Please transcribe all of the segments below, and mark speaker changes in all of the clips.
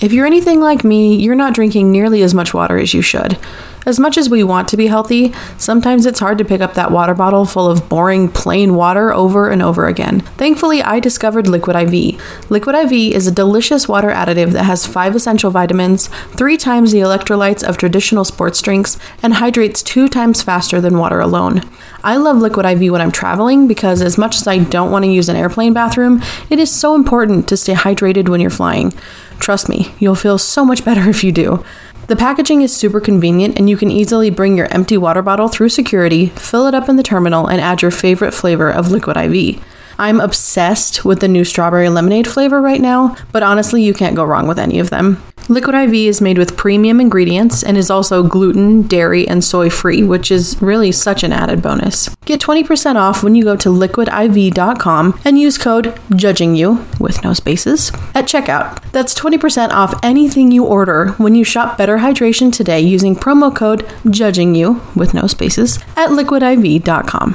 Speaker 1: If you're anything like me, you're not drinking nearly as much water as you should. As much as we want to be healthy, sometimes it's hard to pick up that water bottle full of boring, plain water over and over again. Thankfully, I discovered Liquid IV. Liquid IV is a delicious water additive that has five essential vitamins, three times the electrolytes of traditional sports drinks, and hydrates two times faster than water alone. I love Liquid IV when I'm traveling because, as much as I don't want to use an airplane bathroom, it is so important to stay hydrated when you're flying. Trust me, you'll feel so much better if you do. The packaging is super convenient, and you can easily bring your empty water bottle through security, fill it up in the terminal, and add your favorite flavor of Liquid IV. I'm obsessed with the new strawberry lemonade flavor right now, but honestly, you can't go wrong with any of them. Liquid IV is made with premium ingredients and is also gluten, dairy, and soy free, which is really such an added bonus. Get 20% off when you go to liquidiv.com and use code JUDGINGYOU, with no spaces, at checkout. That's 20% off anything you order when you shop Better Hydration today using promo code JUDGINGYOU, with no spaces, at liquidiv.com.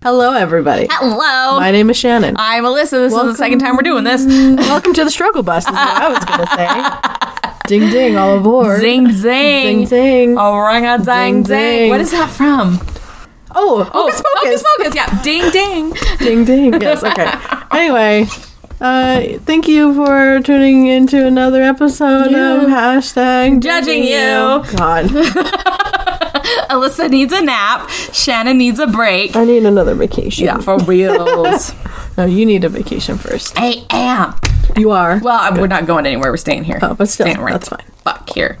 Speaker 1: Hello, everybody.
Speaker 2: Hello.
Speaker 1: My name is Shannon.
Speaker 2: I'm Alyssa. This is the second time we're doing this.
Speaker 1: Welcome to the struggle bus. Is what I was gonna say. ding ding, all aboard.
Speaker 2: Zing
Speaker 1: Zing,
Speaker 2: zing.
Speaker 1: zing.
Speaker 2: Oh, rang a
Speaker 1: Zing,
Speaker 2: dang zing.
Speaker 1: zing.
Speaker 2: What is that from?
Speaker 1: Oh, hocus pocus.
Speaker 2: Hocus Pocus. Yeah. Ding ding.
Speaker 1: Ding ding. Yes. Okay. anyway, uh, thank you for tuning into another episode of hashtag
Speaker 2: Judging you.
Speaker 1: God,
Speaker 2: Alyssa needs a nap. Shannon needs a break.
Speaker 1: I need another vacation.
Speaker 2: for reals.
Speaker 1: No, you need a vacation first.
Speaker 2: I am.
Speaker 1: You are.
Speaker 2: Well, I- we're not going anywhere. We're staying here.
Speaker 1: Oh, but still,
Speaker 2: staying right
Speaker 1: that's fine.
Speaker 2: the Fuck here.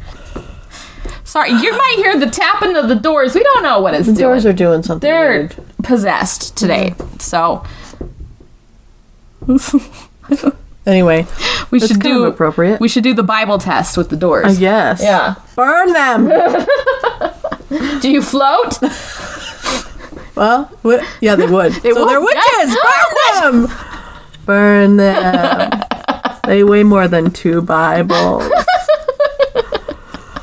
Speaker 2: Sorry, you might hear the tapping of the doors. We don't know what it's
Speaker 1: The
Speaker 2: doing.
Speaker 1: doors are doing something.
Speaker 2: They're
Speaker 1: weird.
Speaker 2: possessed today, so
Speaker 1: Anyway,
Speaker 2: we
Speaker 1: That's
Speaker 2: should
Speaker 1: kind
Speaker 2: do
Speaker 1: of appropriate.
Speaker 2: We should do the Bible test with the doors.
Speaker 1: I guess.
Speaker 2: Yeah.
Speaker 1: Burn them.
Speaker 2: Do you float?
Speaker 1: well, wh- yeah, they would.
Speaker 2: They
Speaker 1: so
Speaker 2: would,
Speaker 1: they're
Speaker 2: yes.
Speaker 1: witches. Burn them. Burn them. um, they weigh more than two Bibles.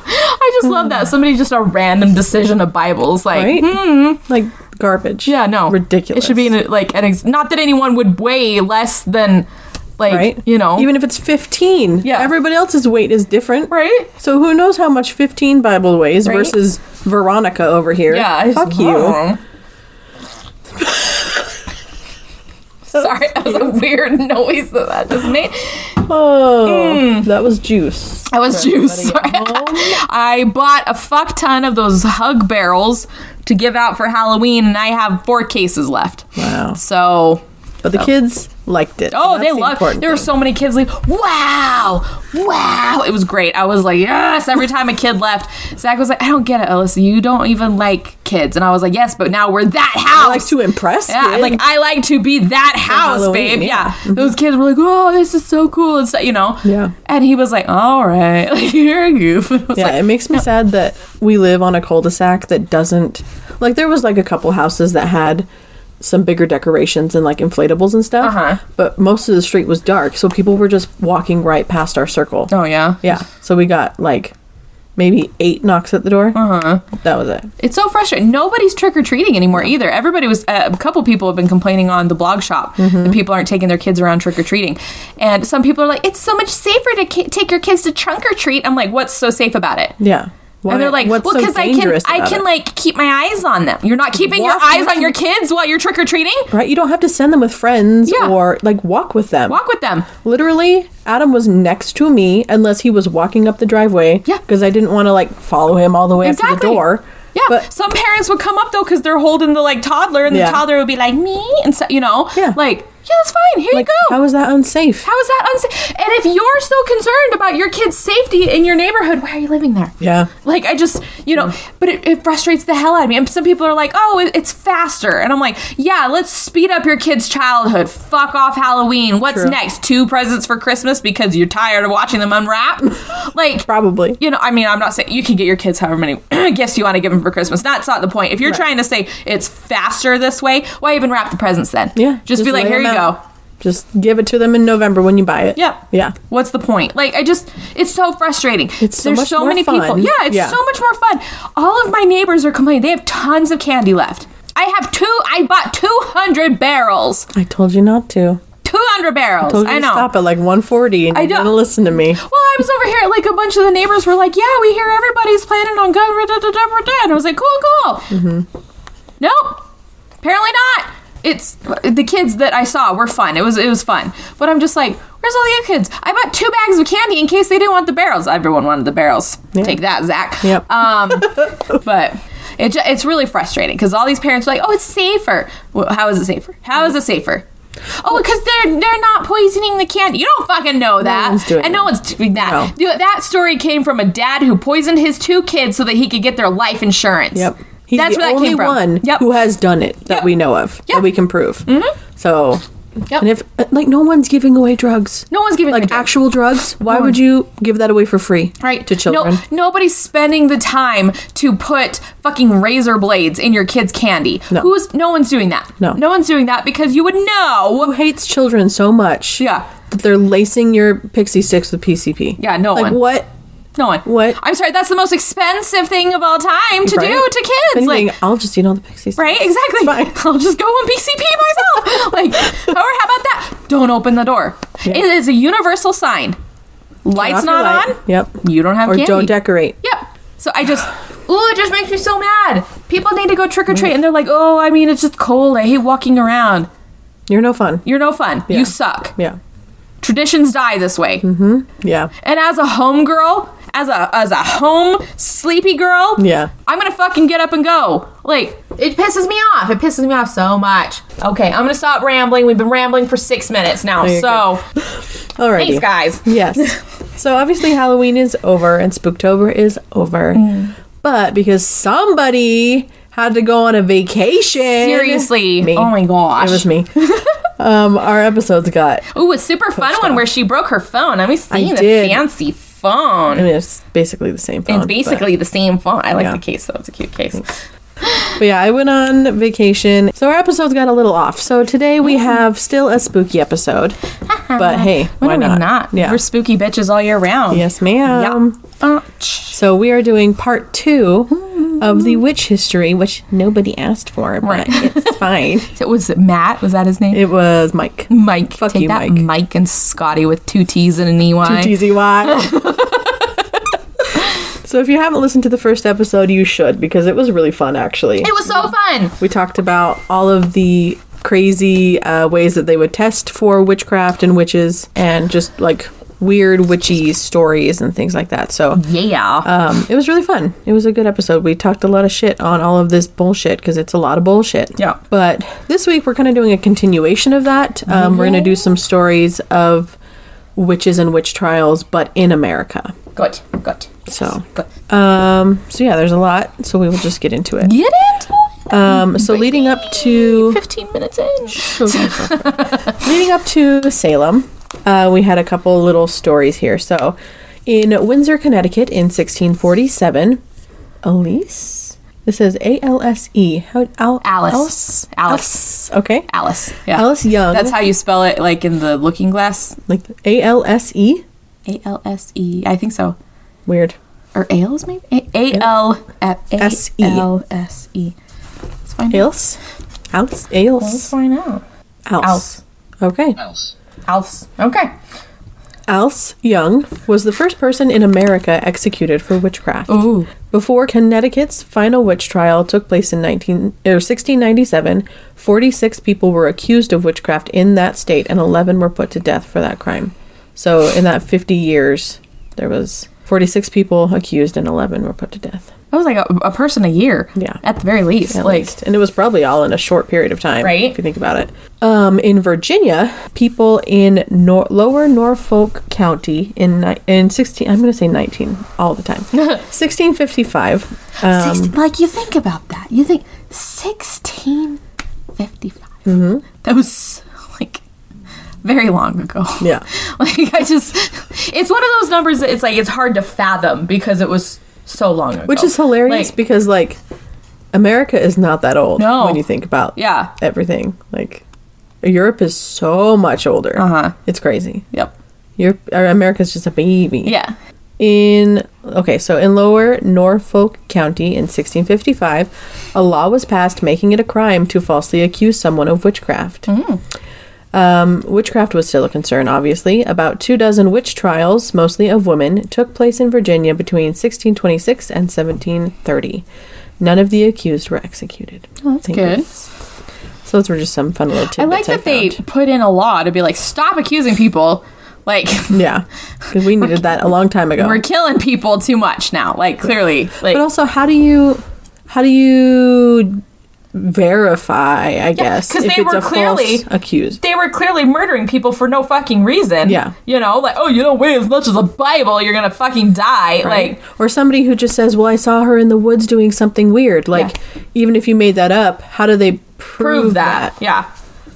Speaker 2: I just love that. Somebody just a random decision of Bibles, like
Speaker 1: right? Like garbage.
Speaker 2: yeah, no,
Speaker 1: ridiculous.
Speaker 2: It should be in a, like an ex- not that anyone would weigh less than like
Speaker 1: right.
Speaker 2: you know
Speaker 1: even if it's fifteen.
Speaker 2: Yeah.
Speaker 1: everybody else's weight is different.
Speaker 2: right.
Speaker 1: So who knows how much fifteen Bible weighs
Speaker 2: Right.
Speaker 1: versus Veronica over here?
Speaker 2: Yeah, I
Speaker 1: fuck
Speaker 2: just-
Speaker 1: you.
Speaker 2: Sorry, that was a weird noise that that just made.
Speaker 1: Oh,
Speaker 2: Mm.
Speaker 1: that was juice.
Speaker 2: I was juice. Sorry. I bought a fuck ton of those hug barrels to give out for Halloween, and I have four cases left.
Speaker 1: Wow.
Speaker 2: So,
Speaker 1: But the kids liked it.
Speaker 2: oh,
Speaker 1: That's
Speaker 2: they
Speaker 1: the
Speaker 2: love.
Speaker 1: important
Speaker 2: There were
Speaker 1: thing.
Speaker 2: so many kids like, wow, wow. It was great. I was like, yes. Every time a kid left, Zach was like, I don't get it, Alyssa. You don't even like kids, and I was like, yes, but now we're that house.
Speaker 1: I like to impress.
Speaker 2: Yeah,
Speaker 1: kids.
Speaker 2: like I like to be that house,
Speaker 1: Halloween,
Speaker 2: babe. Yeah,
Speaker 1: yeah. Mm-hmm.
Speaker 2: those kids were like, "Oh, this is so cool," and stuff, you know.
Speaker 1: Yeah.
Speaker 2: and he was like, "All right, like you're a goof." And I was
Speaker 1: Yeah,
Speaker 2: like,
Speaker 1: it makes me sad that we live on a cul-de-sac that doesn't like there was like a couple houses that had some bigger decorations and like inflatables and stuff.
Speaker 2: Uh-huh.
Speaker 1: But most of the street was dark, so people were just walking right past our circle.
Speaker 2: "Oh yeah,
Speaker 1: Yeah. So we got like maybe eight knocks at the door. Uh-huh. That was it.
Speaker 2: It's so frustrating. Nobody's trick or treating anymore either. Everybody was. Uh, a couple people have been complaining on the blog shop
Speaker 1: Mm-hmm.
Speaker 2: that people aren't taking their kids around trick or treating, and some people are like, "It's so much safer to ki- take your kids to trunk or treat." I'm like, "What's so safe about it?"
Speaker 1: Yeah. Why-
Speaker 2: and they're like,
Speaker 1: what's
Speaker 2: "Well,
Speaker 1: so
Speaker 2: because I can,
Speaker 1: dangerous
Speaker 2: I
Speaker 1: about
Speaker 2: can
Speaker 1: it?"
Speaker 2: like keep my eyes on them. You're not keeping
Speaker 1: Walk
Speaker 2: your eyes
Speaker 1: with
Speaker 2: on your kids while you're trick or treating.
Speaker 1: Right, you don't have to send them with friends
Speaker 2: Yeah.
Speaker 1: or like walk with them.
Speaker 2: Walk with them."
Speaker 1: Literally, Adam was next to me unless he was walking up the driveway.
Speaker 2: Yeah.
Speaker 1: Because I didn't want to like follow him all the way up to the door.
Speaker 2: Yeah,
Speaker 1: But
Speaker 2: some parents would come up though because they're holding the like toddler, and
Speaker 1: Yeah.
Speaker 2: the toddler would be like me, and so you know,
Speaker 1: Yeah.
Speaker 2: like yeah, that's fine. Here
Speaker 1: like,
Speaker 2: you go.
Speaker 1: how is that unsafe?
Speaker 2: how is that unsafe? And if you're so concerned about your kid's safety in your neighborhood, why are you living there?
Speaker 1: Yeah.
Speaker 2: Like I just, you know, but it, it frustrates the hell out of me. And some people are like, "Oh, it, it's faster," and I'm like, "Yeah, let's speed up your kid's childhood. Fuck off Halloween. What's
Speaker 1: True.
Speaker 2: next? Two presents for Christmas because you're tired of watching them unwrap." like,
Speaker 1: Probably.
Speaker 2: you know, I mean, I'm not saying you can get your kids however many gifts you want to give them for Christmas. That's not the point. If you're trying to say it's faster this way, why even wrap the presents then?
Speaker 1: Yeah,
Speaker 2: Just,
Speaker 1: just
Speaker 2: be like,
Speaker 1: lay
Speaker 2: here you
Speaker 1: them
Speaker 2: go.
Speaker 1: out. Just give it to them in November when you buy it.
Speaker 2: Yeah.
Speaker 1: Yeah.
Speaker 2: What's the point? Like, I just, it's so frustrating.
Speaker 1: It's so
Speaker 2: There's
Speaker 1: much
Speaker 2: so
Speaker 1: more
Speaker 2: many people.
Speaker 1: fun.
Speaker 2: Yeah, it's
Speaker 1: Yeah.
Speaker 2: so much more fun. All of my neighbors are complaining. They have tons of candy left. I have two, I bought 200 barrels.
Speaker 1: I told you not to.
Speaker 2: 200 barrels.
Speaker 1: Told you
Speaker 2: I
Speaker 1: to
Speaker 2: know.
Speaker 1: stop at like 140 and
Speaker 2: I
Speaker 1: you're
Speaker 2: don't-
Speaker 1: going to listen to me.
Speaker 2: Well, I was over here, like a bunch of the neighbors were like, "Yeah, we hear everybody's planning on going." Da, da, da, da, da. And I was like, "Cool, cool."
Speaker 1: Mm-hmm.
Speaker 2: Nope, apparently not. It's the kids that I saw were fun. It was it was fun, but I'm just like, "Where's all the other kids?" I bought two bags of candy in case they didn't want the barrels. Everyone wanted the barrels. Take that, Zach.
Speaker 1: Yep.
Speaker 2: Um, but. It ju- it's really frustrating because all these parents are like, "Oh, it's safer." Well, how is it safer? How is it safer? Oh, because they're they're not poisoning the candy. You don't fucking know that,
Speaker 1: one's doing
Speaker 2: and no
Speaker 1: that.
Speaker 2: one's doing that.
Speaker 1: No.
Speaker 2: You know, that story came from a dad who poisoned his two kids so that he could get their life insurance.
Speaker 1: Yep. He's
Speaker 2: That's
Speaker 1: the
Speaker 2: where that
Speaker 1: only
Speaker 2: came from.
Speaker 1: one
Speaker 2: Yep.
Speaker 1: who has done it that
Speaker 2: Yep.
Speaker 1: we know of,
Speaker 2: Yep.
Speaker 1: that we can prove. Mm-hmm. So,
Speaker 2: Yep.
Speaker 1: and if, uh, like, no one's giving away drugs.
Speaker 2: No one's giving
Speaker 1: like
Speaker 2: away drugs.
Speaker 1: actual drugs. Why would you give that away for free?
Speaker 2: Right.
Speaker 1: To children.
Speaker 2: No, nobody's spending the time to put fucking razor blades in your kid's candy.
Speaker 1: No.
Speaker 2: Who's no one's doing that.
Speaker 1: No.
Speaker 2: No one's doing that because you would know.
Speaker 1: Who hates children so much?
Speaker 2: Yeah.
Speaker 1: That they're lacing your pixie sticks with PCP.
Speaker 2: Yeah, no
Speaker 1: like,
Speaker 2: one.
Speaker 1: what?
Speaker 2: No one.
Speaker 1: What?
Speaker 2: I'm sorry, that's the most expensive thing of all time to
Speaker 1: Right?
Speaker 2: do to
Speaker 1: If
Speaker 2: kids.
Speaker 1: anything,
Speaker 2: like
Speaker 1: I'll just eat all the pixie sticks.
Speaker 2: Right, exactly. I'll just go on PCP myself. like, or how about that? Don't open the door. It is a universal sign. Lights
Speaker 1: Off your
Speaker 2: not
Speaker 1: light.
Speaker 2: on.
Speaker 1: Yep.
Speaker 2: You don't have
Speaker 1: Or
Speaker 2: candy.
Speaker 1: don't decorate.
Speaker 2: Yep. So I just, ooh, it just makes me so mad. People need to go trick or treat,
Speaker 1: Mm.
Speaker 2: and they're like, oh, I mean, it's just cold. I hate walking around.
Speaker 1: You're no fun.
Speaker 2: You're no fun.
Speaker 1: Yeah. Mm-hmm.
Speaker 2: You suck.
Speaker 1: Yeah.
Speaker 2: Traditions die this way.
Speaker 1: Yeah.
Speaker 2: And as a home girl, as a as a home sleepy girl,
Speaker 1: Yeah.
Speaker 2: I'm gonna fucking get up and go. Like it pisses me off. It pisses me off so much. Okay, I'm gonna stop rambling. We've been rambling for six minutes now.
Speaker 1: you're
Speaker 2: So
Speaker 1: All right.
Speaker 2: thanks, guys.
Speaker 1: Yes. so obviously Halloween is over and Spooktober is over.
Speaker 2: Mm.
Speaker 1: But because somebody had to go on a vacation.
Speaker 2: Seriously.
Speaker 1: Me.
Speaker 2: Oh my gosh.
Speaker 1: It was me. um, our episodes got
Speaker 2: Ooh, a super fun one where she broke her phone. I'm seeing the
Speaker 1: did.
Speaker 2: fancy phone.
Speaker 1: I mean, it's basically the same phone.
Speaker 2: it's basically the same phone. I like
Speaker 1: Yeah.
Speaker 2: the case though. It's a cute case.
Speaker 1: But, but yeah, I went on vacation. So our episodes got a little off. So today
Speaker 2: Mm-hmm.
Speaker 1: we have still a spooky episode. but hey,
Speaker 2: Why,
Speaker 1: why
Speaker 2: are we
Speaker 1: not?
Speaker 2: not?
Speaker 1: Yeah. Um,
Speaker 2: We're spooky bitches all year round.
Speaker 1: yes, ma'am.
Speaker 2: Yeah. Uh, tch.
Speaker 1: So we are doing part two of the witch history, which nobody asked for, but
Speaker 2: Right.
Speaker 1: it's fine.
Speaker 2: So was it Matt? Was that his name?
Speaker 1: It was Mike.
Speaker 2: Mike.
Speaker 1: Fuck
Speaker 2: Take
Speaker 1: you,
Speaker 2: that,
Speaker 1: Mike.
Speaker 2: and Scotty with two T's and an E EY.
Speaker 1: TZY. so if you haven't listened to the first episode, you should because it was really fun actually.
Speaker 2: It was so fun.
Speaker 1: We talked about all of the crazy uh, ways that they would test for witchcraft and witches and just like weird witchy stories and things like that. So
Speaker 2: Yeah.
Speaker 1: um, it was really fun. It was a good episode. We talked a lot of shit on all of this bullshit because it's a lot of bullshit.
Speaker 2: Yeah.
Speaker 1: But this week we're kind of doing a continuation of that. Um, We're going to do some stories of witches and witch trials, but in America.
Speaker 2: good. Good.
Speaker 1: So,
Speaker 2: Good.
Speaker 1: um, so yeah, there's a lot. So we will just get into it.
Speaker 2: Get it?
Speaker 1: Um, so leading up to
Speaker 2: 15 minutes in.
Speaker 1: leading up to Salem, uh, we had a couple little stories here. So, in Windsor, Connecticut, in 1647, Elise. This is A L S E. How Al-
Speaker 2: Alice.
Speaker 1: Alice. Okay.
Speaker 2: Alice. Yeah.
Speaker 1: Alice Young.
Speaker 2: That's how you spell it, like in the looking glass.
Speaker 1: Like A L S E.
Speaker 2: A L S E. I think so.
Speaker 1: Weird.
Speaker 2: Or Ailes, maybe? A- A L S
Speaker 1: S-E.
Speaker 2: E. L S E. Let's find out.
Speaker 1: Alice. Alice.
Speaker 2: Let's
Speaker 1: Alice.
Speaker 2: find out.
Speaker 1: Alice. Okay.
Speaker 2: Alice. Okay.
Speaker 1: Alice Young was the first person in America executed for witchcraft.
Speaker 2: Ooh.
Speaker 1: Before Connecticut's final witch trial took place in er, 19, or 1697, 46 people were accused of witchcraft in that state and 11 were put to death for that crime. So in that 50 years, there was 46 people accused and 11 were put to death.
Speaker 2: That was like a, a person a year.
Speaker 1: Yeah.
Speaker 2: At the very least.
Speaker 1: at
Speaker 2: like,
Speaker 1: least. And it was probably all in a short period of time,
Speaker 2: Right.
Speaker 1: If you think about it. Um, in Virginia, people in Nor- Lower Norfolk County in ni- in sixteen, I'm going to say nineteen all the time, sixteen fifty five. Um,
Speaker 2: 16 like you think about that. You think 1655.
Speaker 1: Mm-hmm.
Speaker 2: That was like very long ago.
Speaker 1: Yeah.
Speaker 2: Like I just it's one of those numbers that it's like it's hard to fathom because it was so long ago.
Speaker 1: which is hilarious
Speaker 2: Oh, Like,
Speaker 1: because like America is not that old
Speaker 2: No.
Speaker 1: when you think about
Speaker 2: Yeah.
Speaker 1: everything like Europe is so much older.
Speaker 2: Uh-huh.
Speaker 1: It's crazy.
Speaker 2: Yep.
Speaker 1: Europe, or America's just a baby.
Speaker 2: Yeah.
Speaker 1: In okay, so in Lower Norfolk County in 1655, a law was passed making it a crime to falsely accuse someone of witchcraft.
Speaker 2: Mm.
Speaker 1: Um, witchcraft was still a concern, obviously. About two dozen witch trials, mostly of women, took place in Virginia between 1626 and 1730. None of the accused were executed. Oh, that's
Speaker 2: good.
Speaker 1: So those were just some fun little tidbits.
Speaker 2: I like that they
Speaker 1: found.
Speaker 2: put in a law to be like, stop accusing people. Like,
Speaker 1: Yeah, because we needed that a long time ago.
Speaker 2: we're killing people too much now. Like, clearly. Like,
Speaker 1: But also, how do you, how do you verify? I guess
Speaker 2: 'cause they were clearly-
Speaker 1: false accused.
Speaker 2: they were clearly murdering people for no fucking reason.
Speaker 1: Yeah.
Speaker 2: You know, like, oh, you don't weigh as much as a Bible, you're going to fucking die.
Speaker 1: Right.
Speaker 2: Like,
Speaker 1: or somebody who just says, "Well, I saw her in the woods doing something weird." Like, even if you made that up, how do they prove,
Speaker 2: prove
Speaker 1: that?
Speaker 2: that. Yeah.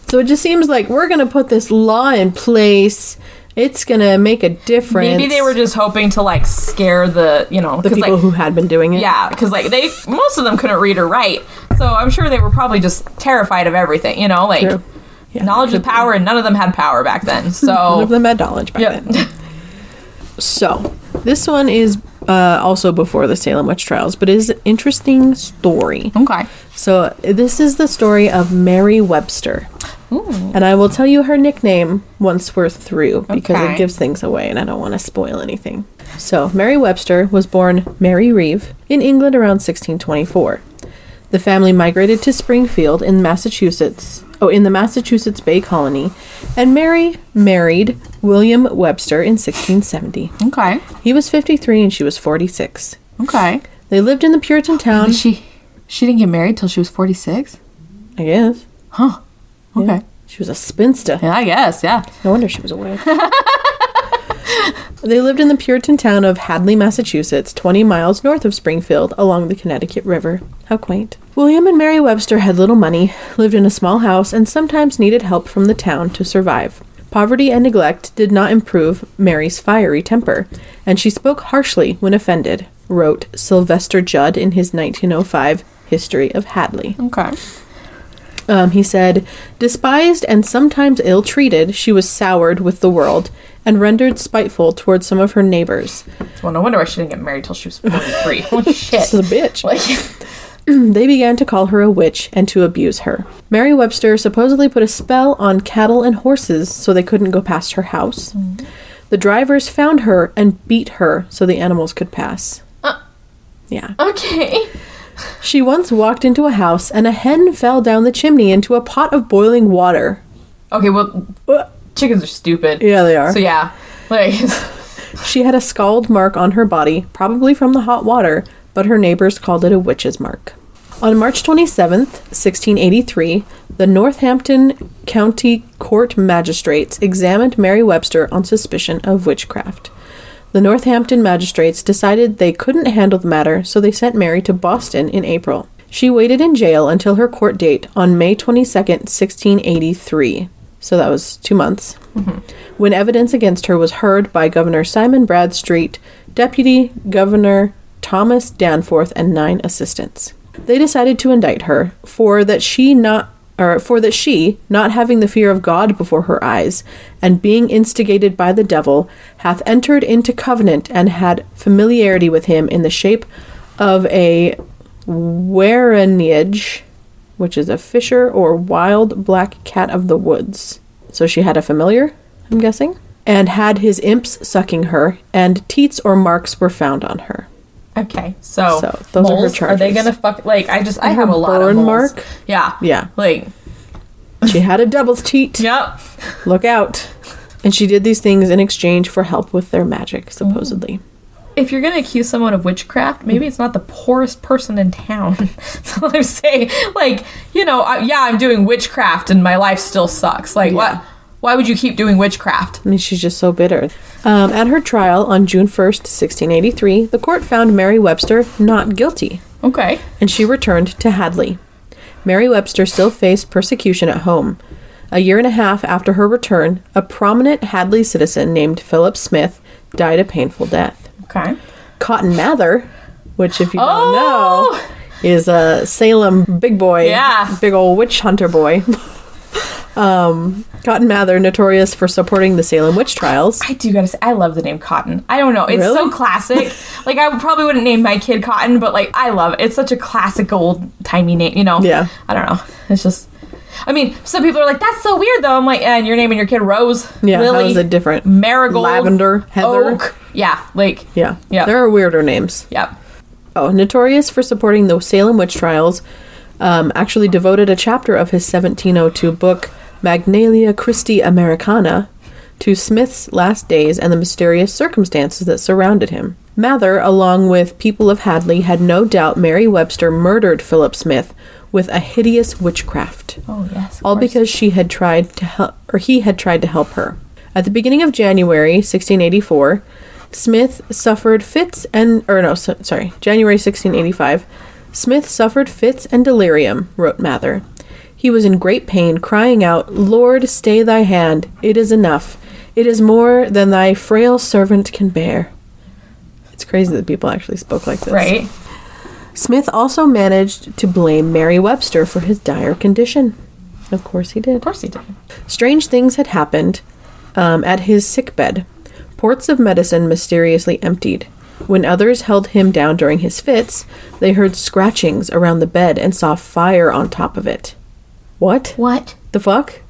Speaker 1: So it just seems like we're gonna put this law in place. It's gonna make a difference.
Speaker 2: Maybe they were just hoping to like scare the you know
Speaker 1: the
Speaker 2: 'cause,
Speaker 1: people
Speaker 2: like,
Speaker 1: who had been doing it.
Speaker 2: yeah because like they most of them couldn't read or write so I'm sure they were probably just terrified of everything you know like
Speaker 1: True. Yeah,
Speaker 2: knowledge of power and none of them had power back then
Speaker 1: None of
Speaker 2: so
Speaker 1: them had knowledge back
Speaker 2: Oh. Yep.
Speaker 1: then. So, this one is uh, also before the Salem witch trials, but it is an interesting story.
Speaker 2: okay
Speaker 1: So, this is the story of Mary Webster. And I will tell you her nickname once we're through because
Speaker 2: Okay.
Speaker 1: it gives things away and I don't want to spoil anything. So, Mary Webster was born Mary Reeve in England around 1624. The family migrated to Springfield in Massachusetts, oh, in the Massachusetts Bay Colony, and Mary married William Webster in 1670.
Speaker 2: okay
Speaker 1: He was 53 and she was 46.
Speaker 2: okay
Speaker 1: They lived in the Puritan town.
Speaker 2: she she didn't get married till she was 46
Speaker 1: I guess.
Speaker 2: huh okay
Speaker 1: Yeah. She was a spinster.
Speaker 2: yeah I guess yeah
Speaker 1: No wonder she was a witch. they lived in the Puritan town of Hadley, Massachusetts, 20 miles north of Springfield, along the Connecticut River. How quaint. William and Mary Webster had little money, lived in a small house, and sometimes needed help from the town to survive. Poverty and neglect did not improve Mary's fiery temper, and she spoke harshly when offended, wrote Sylvester Judd in his 1905 History of Hadley.
Speaker 2: okay
Speaker 1: Um, he said, despised and sometimes ill treated, she was soured with the world and rendered spiteful towards some of her neighbors.
Speaker 2: well no wonder why she didn't get married till she was 43 holy shit
Speaker 1: This is a bitch.
Speaker 2: like
Speaker 1: They began to call her a witch and to abuse her. Mary Webster supposedly put a spell on cattle and horses so they couldn't go past her house.
Speaker 2: Mm-hmm.
Speaker 1: The drivers found her and beat her so the animals could pass.
Speaker 2: Uh.
Speaker 1: yeah.
Speaker 2: okay
Speaker 1: She once walked into a house and a hen fell down the chimney into a pot of boiling water.
Speaker 2: okay well
Speaker 1: Uh,
Speaker 2: chickens are stupid
Speaker 1: Yeah, they are.
Speaker 2: so yeah like
Speaker 1: She had a scald mark on her body, probably from the hot water, but her neighbors called it a witch's mark. On March 27th, 1683, the Northampton County Court magistrates examined Mary Webster on suspicion of witchcraft. The Northampton magistrates decided they couldn't handle the matter, so they sent Mary to Boston in April. She waited in jail until her court date on May 22nd, 1683. So that was two months. When evidence against her was heard by Governor Simon Bradstreet, Deputy Governor Thomas Danforth, and nine assistants. They decided to indict her for that she not or for that she, not having the fear of God before her eyes, and being instigated by the devil, hath entered into covenant and had familiarity with him in the shape of a Wereniage, which is a fisher or wild black cat of the woods. So she had a familiar, I'm guessing, and had his imps sucking her, and teats or marks were found on her.
Speaker 2: Okay, so,
Speaker 1: So, those are her
Speaker 2: moles, Are they
Speaker 1: charges.
Speaker 2: gonna fuck? Like I just I
Speaker 1: And
Speaker 2: have
Speaker 1: her
Speaker 2: a lot of
Speaker 1: burn
Speaker 2: moles.
Speaker 1: mark?
Speaker 2: Yeah,
Speaker 1: Yeah.
Speaker 2: Like
Speaker 1: She had a devil's teat.
Speaker 2: yep.
Speaker 1: Look out. And she did these things in exchange for help with their magic, supposedly.
Speaker 2: If you're gonna accuse someone of witchcraft, maybe it's not the poorest person in town. That's all I'm saying. Like you know, I, yeah, I'm doing witchcraft and my life still sucks. Like what? Why would you keep doing witchcraft?
Speaker 1: I mean, she's just so bitter. Um, at her trial on June 1st, 1683, the court found Mary Webster not guilty.
Speaker 2: Okay.
Speaker 1: and she returned to Hadley. Mary Webster still faced persecution at home. A year and a half after her return, a prominent Hadley citizen named Philip Smith died a painful death.
Speaker 2: Okay.
Speaker 1: Cotton Mather, which, if you don't
Speaker 2: Oh!
Speaker 1: know, is a Salem big boy,
Speaker 2: Yeah.
Speaker 1: big old witch hunter boy, Um, Cotton Mather, notorious for supporting the Salem witch trials.
Speaker 2: I do gotta say, I love the name Cotton. I don't know, it's so
Speaker 1: Really?
Speaker 2: classic. like I probably wouldn't name my kid Cotton, but like I love it. It's such a classic old timey name, you know.
Speaker 1: Yeah.
Speaker 2: I don't know. It's just. I mean, some people are like, "That's so weird," though. I'm like, "And you're naming your kid Rose,
Speaker 1: Yeah, how
Speaker 2: Lily,
Speaker 1: is it different?
Speaker 2: Marigold,
Speaker 1: Lavender, Heather.
Speaker 2: Oak. Yeah, like,
Speaker 1: Yeah.
Speaker 2: Yeah.
Speaker 1: There are weirder names.
Speaker 2: yeah.
Speaker 1: Oh, notorious for supporting the Salem witch trials, um, actually devoted a chapter of his 1702 book, Magnalia Christi Americana, to Smith's last days and the mysterious circumstances that surrounded him. Mather, along with people of Hadley, had no doubt Mary Webster murdered Philip Smith with a hideous witchcraft
Speaker 2: Oh yes, of
Speaker 1: all
Speaker 2: course.
Speaker 1: because she had tried to help or he had tried to help her. At the beginning of January 1684, Smith suffered fits and or no, so, sorry, January 1685, Smith suffered fits and delirium, wrote Mather. He was in great pain, crying out, "Lord, stay thy hand. It is enough. It is more than thy frail servant can bear." It's crazy that people actually spoke like this.
Speaker 2: right.
Speaker 1: Smith also managed to blame Mary Webster for his dire condition. Of course he did.
Speaker 2: Of course he did.
Speaker 1: Strange things had happened um, at his sickbed. Ports of medicine mysteriously emptied. When others held him down during his fits, they heard scratchings around the bed and saw fire on top of it. What?
Speaker 2: What?
Speaker 1: The fuck?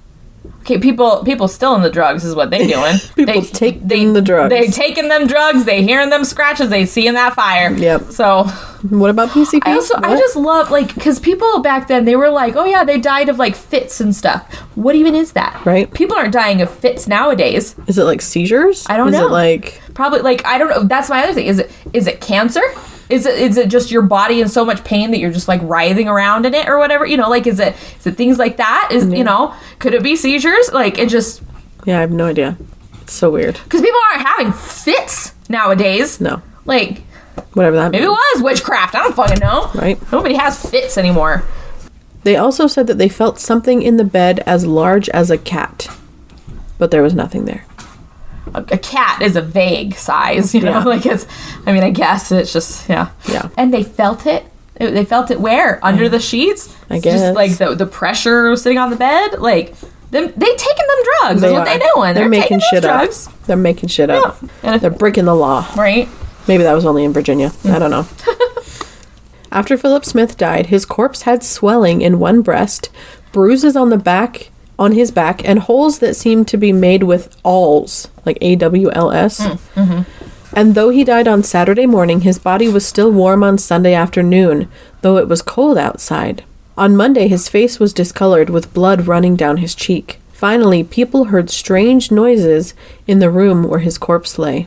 Speaker 2: Okay, people people still in the drugs is what they doing.
Speaker 1: People
Speaker 2: they,
Speaker 1: taking the drugs.
Speaker 2: They taking them drugs. They hearing them scratches. They seeing that fire.
Speaker 1: Yep.
Speaker 2: So
Speaker 1: What about PCP?
Speaker 2: I also I
Speaker 1: What?
Speaker 2: just love like because people back then they were like oh yeah they died of like fits and stuff. What even is that?
Speaker 1: Right.
Speaker 2: People aren't dying of fits nowadays.
Speaker 1: Is it like seizures?
Speaker 2: I don't
Speaker 1: Is
Speaker 2: know.
Speaker 1: it like
Speaker 2: Probably like I don't know. That's my other thing. Is it is it cancer? Is it is it just your body in so much pain that you're just like writhing around in it or whatever? You know, like is it is it things like that? Is you know could it be seizures? Like it just
Speaker 1: Yeah, I have no idea. It's so weird.
Speaker 2: because people aren't having fits nowadays.
Speaker 1: No.
Speaker 2: Like
Speaker 1: Whatever that
Speaker 2: maybe it
Speaker 1: means.
Speaker 2: was witchcraft. I don't fucking know.
Speaker 1: Right.
Speaker 2: Nobody has fits anymore.
Speaker 1: They also said that they felt something in the bed as large as a cat, but there was nothing there.
Speaker 2: a, a cat is a vague size, you know.
Speaker 1: Yeah.
Speaker 2: Like it's, I mean, I guess it's just yeah.
Speaker 1: Yeah.
Speaker 2: And they felt it. It- They felt it where under the sheets.
Speaker 1: I
Speaker 2: It's
Speaker 1: guess.
Speaker 2: just like the the pressure sitting on the bed. Like them, they taking them drugs. is what they
Speaker 1: are.
Speaker 2: doing. They're, taking those
Speaker 1: shit
Speaker 2: drugs,
Speaker 1: up. They're making shit up.
Speaker 2: Yeah.
Speaker 1: They're breaking the law.
Speaker 2: right? Mm.
Speaker 1: Maybe that was only in Virginia. I don't know. After Philip Smith died, his corpse had swelling in one breast, bruises on the back, on his back, and holes that seemed to be made with awls, like A W L S.
Speaker 2: Mm.
Speaker 1: And though he died on Saturday morning, his body was still warm on Sunday afternoon, though it was cold outside. On Monday, his face was discolored with blood running down his cheek. Finally, people heard strange noises in the room where his corpse lay.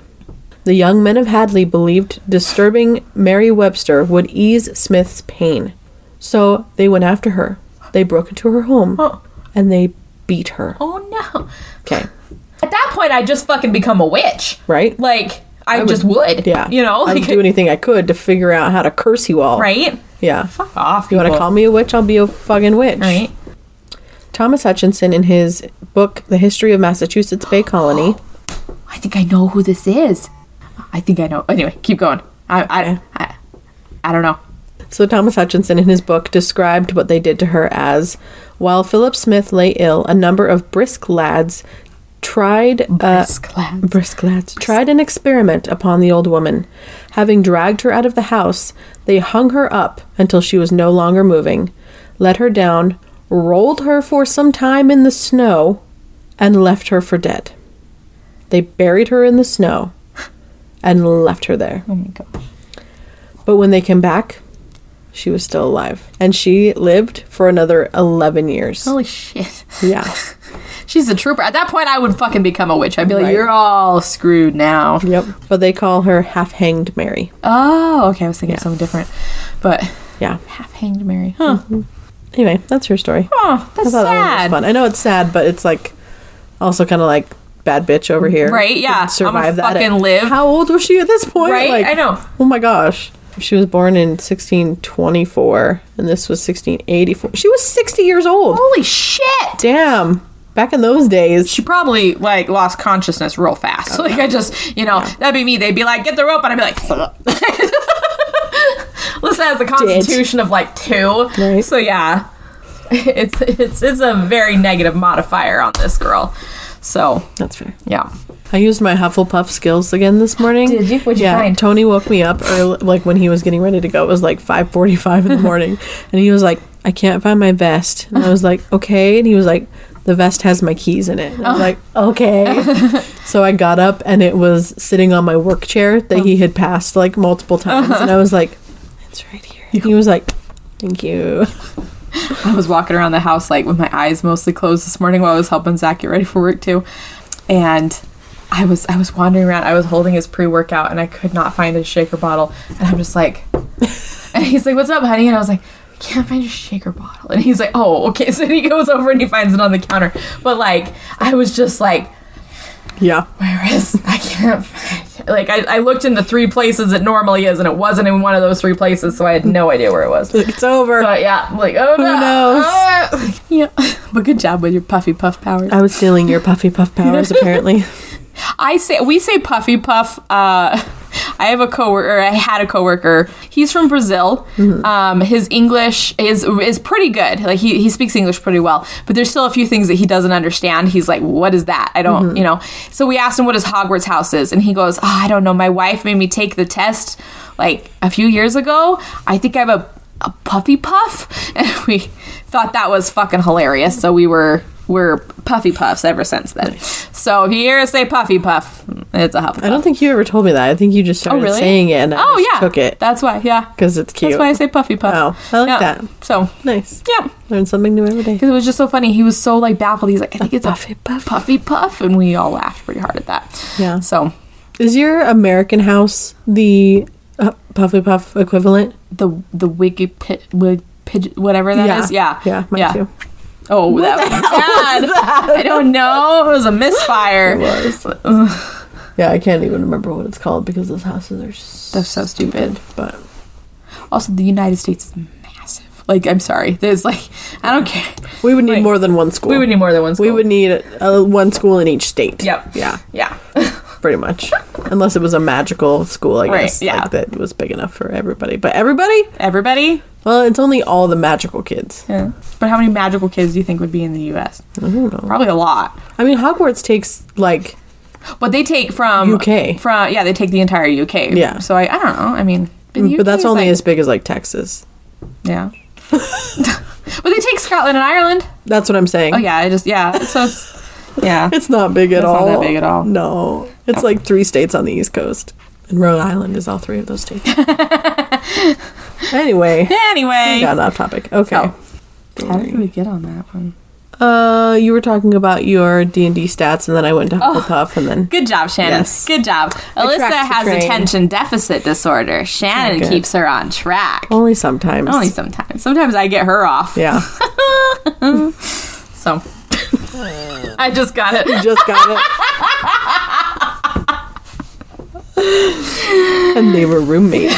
Speaker 1: The young men of Hadley believed disturbing Mary Webster would ease Smith's pain. So they went after her. They broke into her home and they beat her.
Speaker 2: Oh no!
Speaker 1: Okay.
Speaker 2: At that point, I just fucking become a witch,
Speaker 1: Right?
Speaker 2: Like I, just would,
Speaker 1: Yeah.
Speaker 2: You know,
Speaker 1: I
Speaker 2: like
Speaker 1: would do anything I could to figure out how to curse you all.
Speaker 2: right?
Speaker 1: Yeah.
Speaker 2: Fuck off.
Speaker 1: You want to
Speaker 2: people.
Speaker 1: call me a witch? I'll be a fucking witch.
Speaker 2: Right.
Speaker 1: Thomas Hutchinson, in his book, The History of Massachusetts Bay Colony,
Speaker 2: I think I know who this is. I think I know. Anyway, keep going. I I I, I don't know.
Speaker 1: So Thomas Hutchinson in his book described what they did to her as while Philip Smith lay ill, a number of brisk lads tried uh,
Speaker 2: Brisk lads.
Speaker 1: brisk lads tried an experiment upon the old woman. Having dragged her out of the house, they hung her up until she was no longer moving, let her down, rolled her for some time in the snow, and left her for dead. They buried her in the snow and left her there.
Speaker 2: Oh my gosh.
Speaker 1: But when they came back, she was still alive. And she lived for another 11 years.
Speaker 2: Holy shit.
Speaker 1: Yeah.
Speaker 2: She's a trooper. At that point, I would fucking become a witch. I'd be like,
Speaker 1: Right.
Speaker 2: you're all screwed now.
Speaker 1: Yep. But they call her half hanged Mary.
Speaker 2: Oh, okay. I was thinking something different. But
Speaker 1: Yeah.
Speaker 2: half hanged Mary. Huh.
Speaker 1: Anyway, that's her story.
Speaker 2: Oh, that's
Speaker 1: Mm-hmm. I thought that one was
Speaker 2: sad.
Speaker 1: fun. I know it's sad, but it's like also kind of like bad bitch over here.
Speaker 2: Right, yeah. I'ma
Speaker 1: Survive that.
Speaker 2: fucking live.
Speaker 1: How old was she at this point?
Speaker 2: Right,
Speaker 1: Like,
Speaker 2: I know.
Speaker 1: Oh my gosh. She was born in 1624 and this was 1684. She was 60 years old.
Speaker 2: Holy shit.
Speaker 1: Damn. Back in those days.
Speaker 2: She probably like lost consciousness real fast. like I just, you know, that'd be me. They'd be like, "Get the rope," and I'd be like, "Listen, has a constitution of like two,
Speaker 1: Right.
Speaker 2: so yeah." it's it's it's a very negative modifier on this girl. So
Speaker 1: That's fair.
Speaker 2: yeah.
Speaker 1: I used my Hufflepuff skills again this morning.
Speaker 2: Did you? What'd you
Speaker 1: yeah,
Speaker 2: find?
Speaker 1: Tony woke me up early, like when he was getting ready to go. It was like 5:45 in the morning, and he was like, "I can't find my vest." And I was like, "Okay," and he was like, "The vest has my keys in it." And I
Speaker 2: Oh.
Speaker 1: was like, "Okay." so I got up, and it was sitting on my work chair that
Speaker 2: Oh.
Speaker 1: he had passed like multiple times, and I was like, "It's right here." And he was like, "Thank you."
Speaker 2: I was walking around the house like with my eyes mostly closed this morning while I was helping Zach get ready for work too, and I was I was wandering around. I was holding his pre workout and I could not find his shaker bottle, and I'm just like, and he's like, "What's up, honey?" And I was like. "We Can't find your shaker bottle, and he's like, "Oh, okay." So he goes over and he finds it on the counter. But like, I was just like,
Speaker 1: Yeah,
Speaker 2: "Where is? I can't find." It. Like, I, I looked in the three places it normally is, and it wasn't in one of those three places, so I had no idea where it was.
Speaker 1: it's over.
Speaker 2: But yeah, I'm like oh no.
Speaker 1: knows?
Speaker 2: Ah. yeah. But good job with your puffy puff powers.
Speaker 1: I was stealing your puffy puff powers, apparently.
Speaker 2: I say we say puffy puff. Uh, I have a coworker. I had a coworker. He's from Brazil. Um, his English is is pretty good. Like he, he speaks English pretty well. But there's still a few things that he doesn't understand. He's like, what is that? I don't, you know. So we asked him what his Hogwarts house is, and he goes, oh, I don't know. My wife made me take the test like a few years ago. I think I'm a a puffy puff, and we thought that was fucking hilarious. So we were we're puffy puffs ever since then. So if you hear us say puffy puff, it's a Hufflepuff.
Speaker 1: I don't think you ever told me that. I think you just started
Speaker 2: Oh, really?
Speaker 1: saying it and I
Speaker 2: oh
Speaker 1: just
Speaker 2: yeah,
Speaker 1: took it
Speaker 2: That's why. Yeah,
Speaker 1: because it's cute. Oh.
Speaker 2: that's why I say puffy puff.
Speaker 1: Wow, I like
Speaker 2: Yeah.
Speaker 1: that.
Speaker 2: So
Speaker 1: Nice.
Speaker 2: yeah,
Speaker 1: Learn something new every day.
Speaker 2: because it was just so funny. He was so like baffled. He's like, I think it's puffy puff, puffy puff, and we all laughed pretty hard at that.
Speaker 1: Yeah.
Speaker 2: So
Speaker 1: Is your American house the uh, Puffy Puff equivalent?
Speaker 2: the the wiggy pit wig. Pidge, whatever that is, yeah,
Speaker 1: Yeah, mine too.
Speaker 2: Oh, that was bad. I don't know. It was a misfire.
Speaker 1: Yeah, I can't even remember what it's called because those houses are so
Speaker 2: That's so stupid.
Speaker 1: But
Speaker 2: Also, the United States is massive. Like, I'm sorry. There's like, I don't care.
Speaker 1: we would need
Speaker 2: Like,
Speaker 1: more than one school.
Speaker 2: We would need more than one school.
Speaker 1: We would need uh, one school in each state.
Speaker 2: Yep.
Speaker 1: Yeah,
Speaker 2: Yeah.
Speaker 1: pretty much. Unless it was a magical school, I
Speaker 2: Right,
Speaker 1: guess.
Speaker 2: yeah.
Speaker 1: Like, that was big enough for everybody. But everybody?
Speaker 2: Everybody.
Speaker 1: Well, it's only all the magical kids.
Speaker 2: Yeah. But how many magical kids do you think would be in the U.S.?
Speaker 1: I don't know.
Speaker 2: Probably a lot.
Speaker 1: I mean, Hogwarts takes like
Speaker 2: But they take from
Speaker 1: UK.
Speaker 2: From yeah, they take the entire UK.
Speaker 1: Yeah. Mm,
Speaker 2: So I, I don't know. I mean,
Speaker 1: but that's
Speaker 2: UK is
Speaker 1: only
Speaker 2: like-
Speaker 1: as big as like Texas.
Speaker 2: yeah. but they take Scotland and Ireland.
Speaker 1: That's what I'm saying.
Speaker 2: Oh yeah, I just yeah. So it's yeah.
Speaker 1: It's not big at
Speaker 2: It's not
Speaker 1: all.
Speaker 2: that big at all.
Speaker 1: No. It's like three states on the East Coast. And Rhode Island is all three of those states. anyway,
Speaker 2: Anyway,
Speaker 1: we got off topic. Okay.
Speaker 2: how did we get on that one?
Speaker 1: Uh, you were talking about your D and D stats, and then I went to
Speaker 2: Oh.
Speaker 1: Hufflepuff, and then
Speaker 2: Good job, Shannon.
Speaker 1: Yes.
Speaker 2: Good job. Alyssa
Speaker 1: track's the
Speaker 2: has
Speaker 1: train.
Speaker 2: attention deficit disorder. Shannon
Speaker 1: good.
Speaker 2: keeps her on track.
Speaker 1: only sometimes.
Speaker 2: Only sometimes. Sometimes I get her off.
Speaker 1: yeah,
Speaker 2: So I just got it.
Speaker 1: just got it. and they were roommates.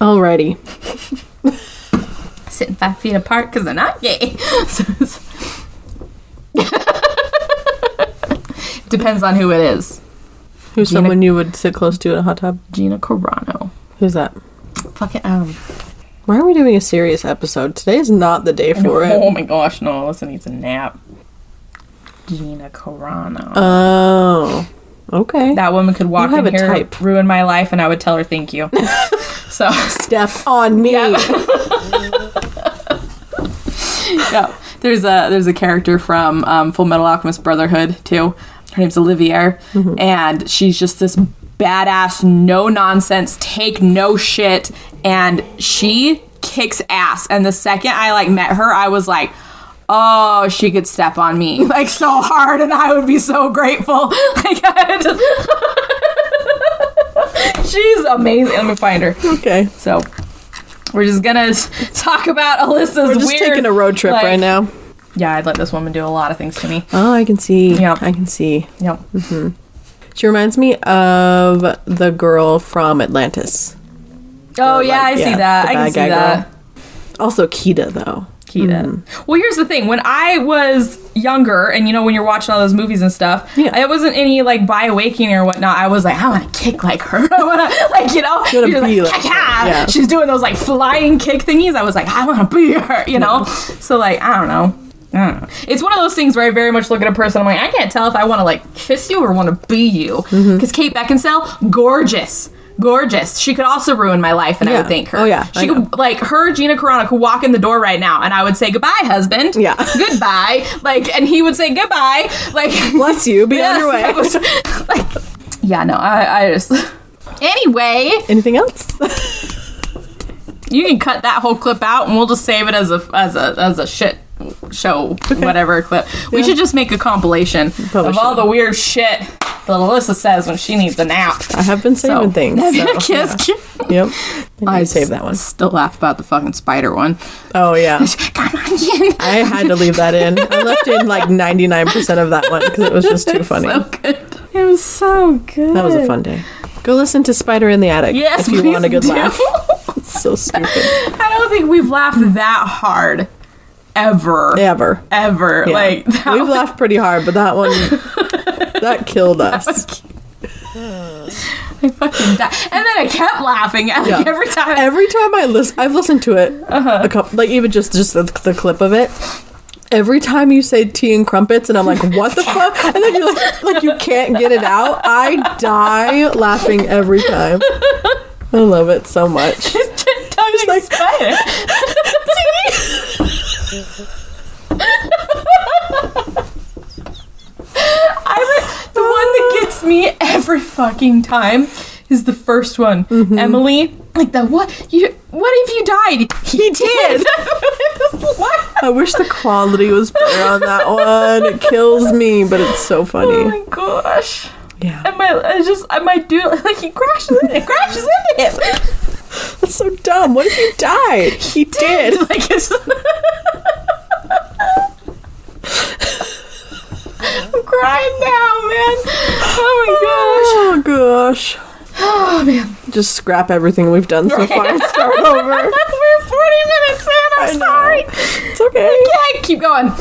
Speaker 1: Alrighty.
Speaker 2: Sitting five feet apart because they're not gay. So it's- Depends on who it is.
Speaker 1: Who's
Speaker 2: Gina-
Speaker 1: someone you would sit close to in a hot tub?
Speaker 2: Gina Carano.
Speaker 1: Who's that?
Speaker 2: Fucking um.
Speaker 1: Why are we doing a serious episode? Today is not the day for it.
Speaker 2: Oh my gosh, no! Alyssa needs a nap. Gina Carano.
Speaker 1: Oh, okay.
Speaker 2: that woman could walk
Speaker 1: you have
Speaker 2: in
Speaker 1: a
Speaker 2: here,
Speaker 1: type.
Speaker 2: ruin my life, and I would tell her thank you. so
Speaker 1: Step on me.
Speaker 2: yeah. There's a there's a character from um, Full Metal Alchemist Brotherhood too. Her name's Olivier,
Speaker 1: Mm-hmm.
Speaker 2: and she's just this badass, no nonsense, take no shit, and she kicks ass. And the second I like met her, I was like. Oh, she could step on me like so hard, and I would be so grateful. Like, I just- she's amazing. Let me find her.
Speaker 1: Okay.
Speaker 2: So we're just gonna talk about Alyssa's
Speaker 1: We're just taking a road trip right now.
Speaker 2: Yeah, I'd let this woman do a lot of things to me.
Speaker 1: Oh, I can see.
Speaker 2: Yeah.
Speaker 1: I can see.
Speaker 2: Yep.
Speaker 1: She reminds me of the girl from Atlantis.
Speaker 2: Oh yeah, I
Speaker 1: like,
Speaker 2: see
Speaker 1: yeah,
Speaker 2: that.
Speaker 1: the
Speaker 2: I can
Speaker 1: bad
Speaker 2: see
Speaker 1: guy
Speaker 2: that.
Speaker 1: Also, Kita though.
Speaker 2: key then.
Speaker 1: Mm-hmm.
Speaker 2: Well, here's the thing: when I was younger, and you know, when you're watching all those movies and stuff,
Speaker 1: Yeah.
Speaker 2: it wasn't any like by awakening or whatnot. I was like, I want to kick like her. I want to like you know,
Speaker 1: wanna
Speaker 2: you're just
Speaker 1: be
Speaker 2: like,
Speaker 1: like her.
Speaker 2: "Ka-ka!"
Speaker 1: Yeah.
Speaker 2: she's doing those like flying kick thingies. I was like, I want to be her. You know, so like I don't know. I don't know. It's one of those things where I very much look at a person. I'm like, I can't tell if I want to like kiss you or want to be you. Because
Speaker 1: Mm-hmm.
Speaker 2: Kate Beckinsale, gorgeous, gorgeous. She could also ruin my life, and I
Speaker 1: Yeah.
Speaker 2: would thank her.
Speaker 1: Oh, yeah. I
Speaker 2: she could
Speaker 1: know.
Speaker 2: like her Gina Carano could walk in the door right now and I would say goodbye husband
Speaker 1: Yeah.
Speaker 2: goodbye like and he would say goodbye like
Speaker 1: Bless you. Be on your
Speaker 2: Yes,
Speaker 1: way.
Speaker 2: that was- like yeah no I, I just anyway
Speaker 1: Anything else?
Speaker 2: you can cut that whole clip out and we'll just save it as a as a as a shit show whatever clip we
Speaker 1: Yeah.
Speaker 2: should just make a compilation
Speaker 1: Probably
Speaker 2: of all
Speaker 1: should.
Speaker 2: the weird shit that Alyssa says when she needs a nap
Speaker 1: I have been saving
Speaker 2: So-
Speaker 1: things. so,
Speaker 2: kiss,
Speaker 1: yeah. Yep. I saved that one.
Speaker 2: still laugh about the fucking spider one
Speaker 1: Oh yeah.
Speaker 2: come on Jen.
Speaker 1: I had to leave that in. I left in like 99% of that one because it was just too funny.
Speaker 2: so good. It was so good.
Speaker 1: that was a fun day. Go listen to Spider in the Attic
Speaker 2: Yes,
Speaker 1: if you
Speaker 2: please
Speaker 1: want a good
Speaker 2: do.
Speaker 1: laugh. It's so stupid.
Speaker 2: I don't think we've laughed that hard ever.
Speaker 1: Ever.
Speaker 2: Ever.
Speaker 1: Yeah.
Speaker 2: Like that
Speaker 1: We've
Speaker 2: was-
Speaker 1: laughed pretty hard, but that one that killed us.
Speaker 2: I fucking died. And then I kept laughing at, like,
Speaker 1: Yeah.
Speaker 2: every time.
Speaker 1: Every time I listen, I've listened to it
Speaker 2: Uh-huh.
Speaker 1: a couple, like even just just the, the clip of it. Every time you say tea and crumpets, and I'm like, what the fuck? And then you like, like you can't get it out. I die laughing every time. I love it so much.
Speaker 2: Tongue
Speaker 1: like-
Speaker 2: spider. I would- the one that gets me every fucking time is the first one. Emily, like the what you what if you died? He did. what?
Speaker 1: I wish the quality was better on that one. It kills me, but it's so
Speaker 2: Oh
Speaker 1: funny.
Speaker 2: my gosh.
Speaker 1: Yeah,
Speaker 2: And my I just I might do like he crashes in it crashes into him.
Speaker 1: that's so dumb. What if you died? He did.
Speaker 2: like it's I'm crying now, man. Oh my gosh.
Speaker 1: Oh gosh.
Speaker 2: Oh man.
Speaker 1: Just scrap everything we've done so far and start over.
Speaker 2: We're 40 minutes in.
Speaker 1: I
Speaker 2: I'm
Speaker 1: know.
Speaker 2: sorry.
Speaker 1: It's okay.
Speaker 2: Yeah, keep going.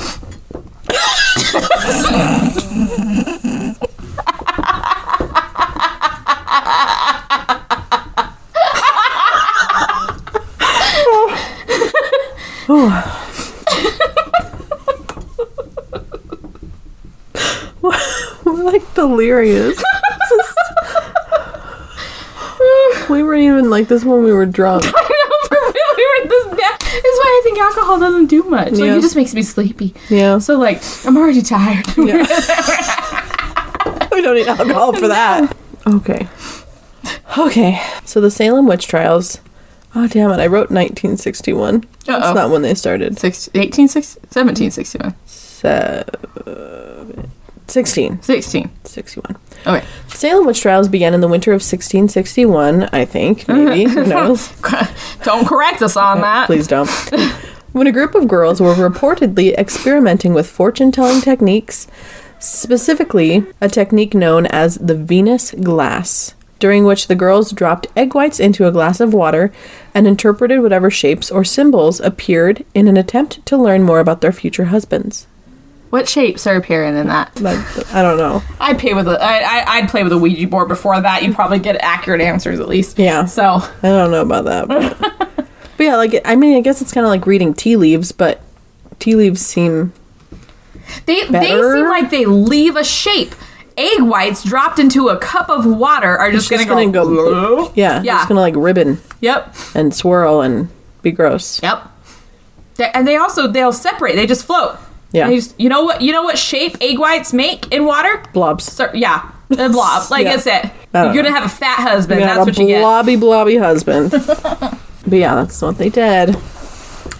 Speaker 1: We're like delirious. we weren't even like this when we were drunk.
Speaker 2: I know for real. We were this bad. This is why I think alcohol doesn't do much. Like
Speaker 1: Yeah.
Speaker 2: it just makes me sleepy.
Speaker 1: Yeah.
Speaker 2: So like I'm already tired.
Speaker 1: Yeah. we don't need alcohol for that. Okay. Okay. So the Salem witch trials. Oh damn it! I wrote 1961.
Speaker 2: Uh-oh.
Speaker 1: That's not when they started.
Speaker 2: Six, 18, six, 17, 61,
Speaker 1: Se- 16,
Speaker 2: 16.
Speaker 1: 61.
Speaker 2: Okay.
Speaker 1: Salem witch trials began in the winter of 1661, I think. Maybe who knows?
Speaker 2: Don't correct us on that.
Speaker 1: Please don't. when a group of girls were reportedly experimenting with fortune telling techniques, specifically a technique known as the Venus glass, during which the girls dropped egg whites into a glass of water and interpreted whatever shapes or symbols appeared in an attempt to learn more about their future husbands.
Speaker 2: What shapes are appearing in that?
Speaker 1: Like, I don't know.
Speaker 2: I'd play with a, I, I, I'd play with a Ouija board before that. You'd probably get accurate answers at least.
Speaker 1: Yeah.
Speaker 2: So
Speaker 1: I don't know about that. But, but yeah, like, I mean, I guess it's kind of like reading tea leaves, but tea leaves seem.
Speaker 2: they they
Speaker 1: Better?
Speaker 2: seem like they leave a shape. Egg whites dropped into a cup of water are just,
Speaker 1: just
Speaker 2: gonna,
Speaker 1: gonna
Speaker 2: go.
Speaker 1: go- Yeah,
Speaker 2: Yeah.
Speaker 1: it's gonna like ribbon.
Speaker 2: Yep.
Speaker 1: and swirl and be gross.
Speaker 2: Yep. They- and they also they'll separate. They just float.
Speaker 1: Yeah.
Speaker 2: They just, you know what? You know what shape egg whites make in water?
Speaker 1: Blobs.
Speaker 2: So, yeah. A blob. Like
Speaker 1: Yeah.
Speaker 2: that's it.
Speaker 1: I
Speaker 2: You're
Speaker 1: don't
Speaker 2: gonna have a fat husband.
Speaker 1: You
Speaker 2: That's
Speaker 1: have a
Speaker 2: what you get.
Speaker 1: blobby, blobby husband. but yeah, that's what they did.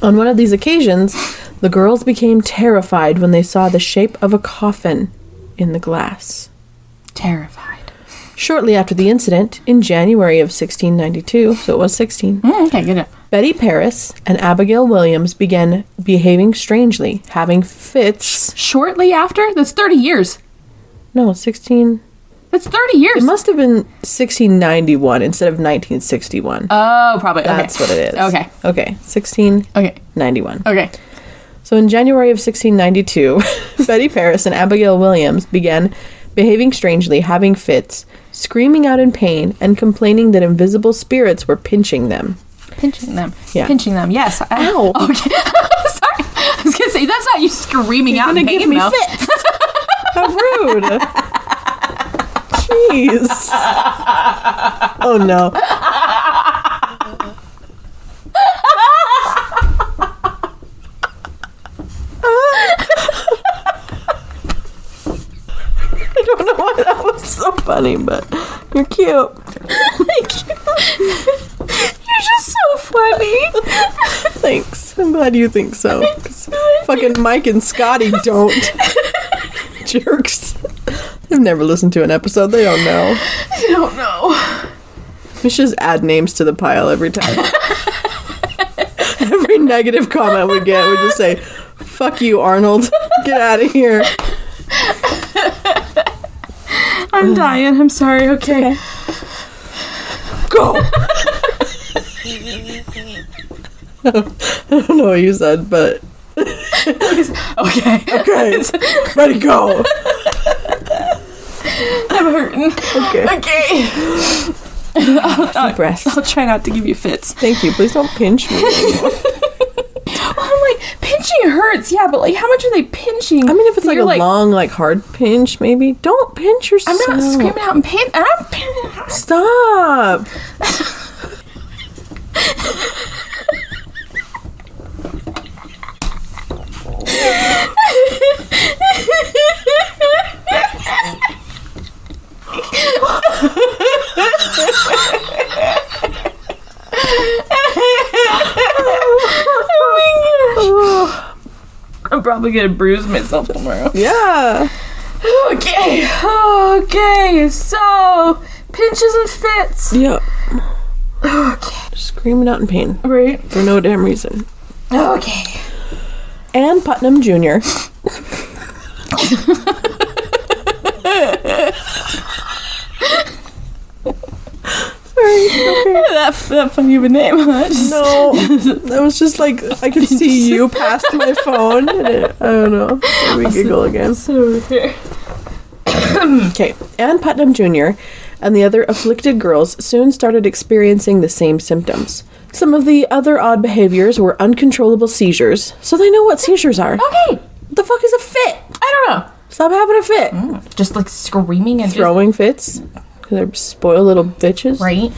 Speaker 1: On one of these occasions, the girls became terrified when they saw the shape of a coffin in the glass.
Speaker 2: Terrified.
Speaker 1: Shortly after the incident, in January of 1692, so it was 16,
Speaker 2: Mm, okay, good. enough.
Speaker 1: Betty Paris and Abigail Williams began behaving strangely, having fits.
Speaker 2: Shortly after, that's 30 years.
Speaker 1: No, 16.
Speaker 2: That's 30 years.
Speaker 1: It must have been 1691 instead of 1961.
Speaker 2: Oh, probably.
Speaker 1: That's
Speaker 2: okay.
Speaker 1: what it is.
Speaker 2: Okay.
Speaker 1: Okay. 1691.
Speaker 2: Okay. Okay.
Speaker 1: So in January of 1692, Betty Paris and Abigail Williams began behaving strangely, having fits, screaming out in pain, and complaining that invisible spirits were pinching them. Oh,
Speaker 2: Pinching them.
Speaker 1: Yeah.
Speaker 2: Pinching them. Yes. I-
Speaker 1: Ow.
Speaker 2: Okay. Sorry. I was gonna say that's not you screaming out
Speaker 1: gonna
Speaker 2: in pain,
Speaker 1: give me
Speaker 2: though.
Speaker 1: fits. How rude. Jeez. Oh no. I don't know why that was so funny, but you're cute.
Speaker 2: You're just so funny.
Speaker 1: Thanks. I'm glad you think so. 'Cause Fucking Mike and Scotty don't. Jerks. They've never listened to an episode. They don't know.
Speaker 2: I don't know.
Speaker 1: We should just add names to the pile every time. every negative comment we get, we just say, fuck you, Arnold. Get out of here.
Speaker 2: I'm dying. I'm sorry. Okay.
Speaker 1: Go. I don't know what you said, but
Speaker 2: Okay.
Speaker 1: okay. Let it go.
Speaker 2: I'm hurting.
Speaker 1: Okay.
Speaker 2: Okay. Uh,
Speaker 1: Deep breath.
Speaker 2: I'll try not to give you fits.
Speaker 1: Thank you. Please don't pinch me.
Speaker 2: I'm like pinching hurts. Yeah, but like how much are they pinching?
Speaker 1: I mean, if it's like
Speaker 2: You're
Speaker 1: a long, like hard pinch, maybe don't pinch
Speaker 2: I'm
Speaker 1: yourself.
Speaker 2: not screaming out in pain. and I'm pinching.
Speaker 1: Stop.
Speaker 2: I'm probably gonna bruise myself tomorrow.
Speaker 1: Yeah.
Speaker 2: Okay. Okay. So pinches and fits.
Speaker 1: Yeah.
Speaker 2: Okay.
Speaker 1: Screaming out in pain
Speaker 2: Right.
Speaker 1: for no damn reason.
Speaker 2: Okay.
Speaker 1: Ann Putnam Jr. Sorry.
Speaker 2: That that funny of a name. Huh? Just-
Speaker 1: No, that was just like I could see you past my phone. And it, I don't know. Made me giggle again.
Speaker 2: So here.
Speaker 1: Okay, Ann Putnam Jr. and the other afflicted girls soon started experiencing the same symptoms. Some of the other odd behaviors were uncontrollable seizures, so they know what seizures are.
Speaker 2: Okay.
Speaker 1: Oh, The fuck is a fit?
Speaker 2: I don't know.
Speaker 1: Stop having a fit.
Speaker 2: Just like screaming and just,
Speaker 1: Throwing fits. 'cause They're spoiled little bitches.
Speaker 2: right.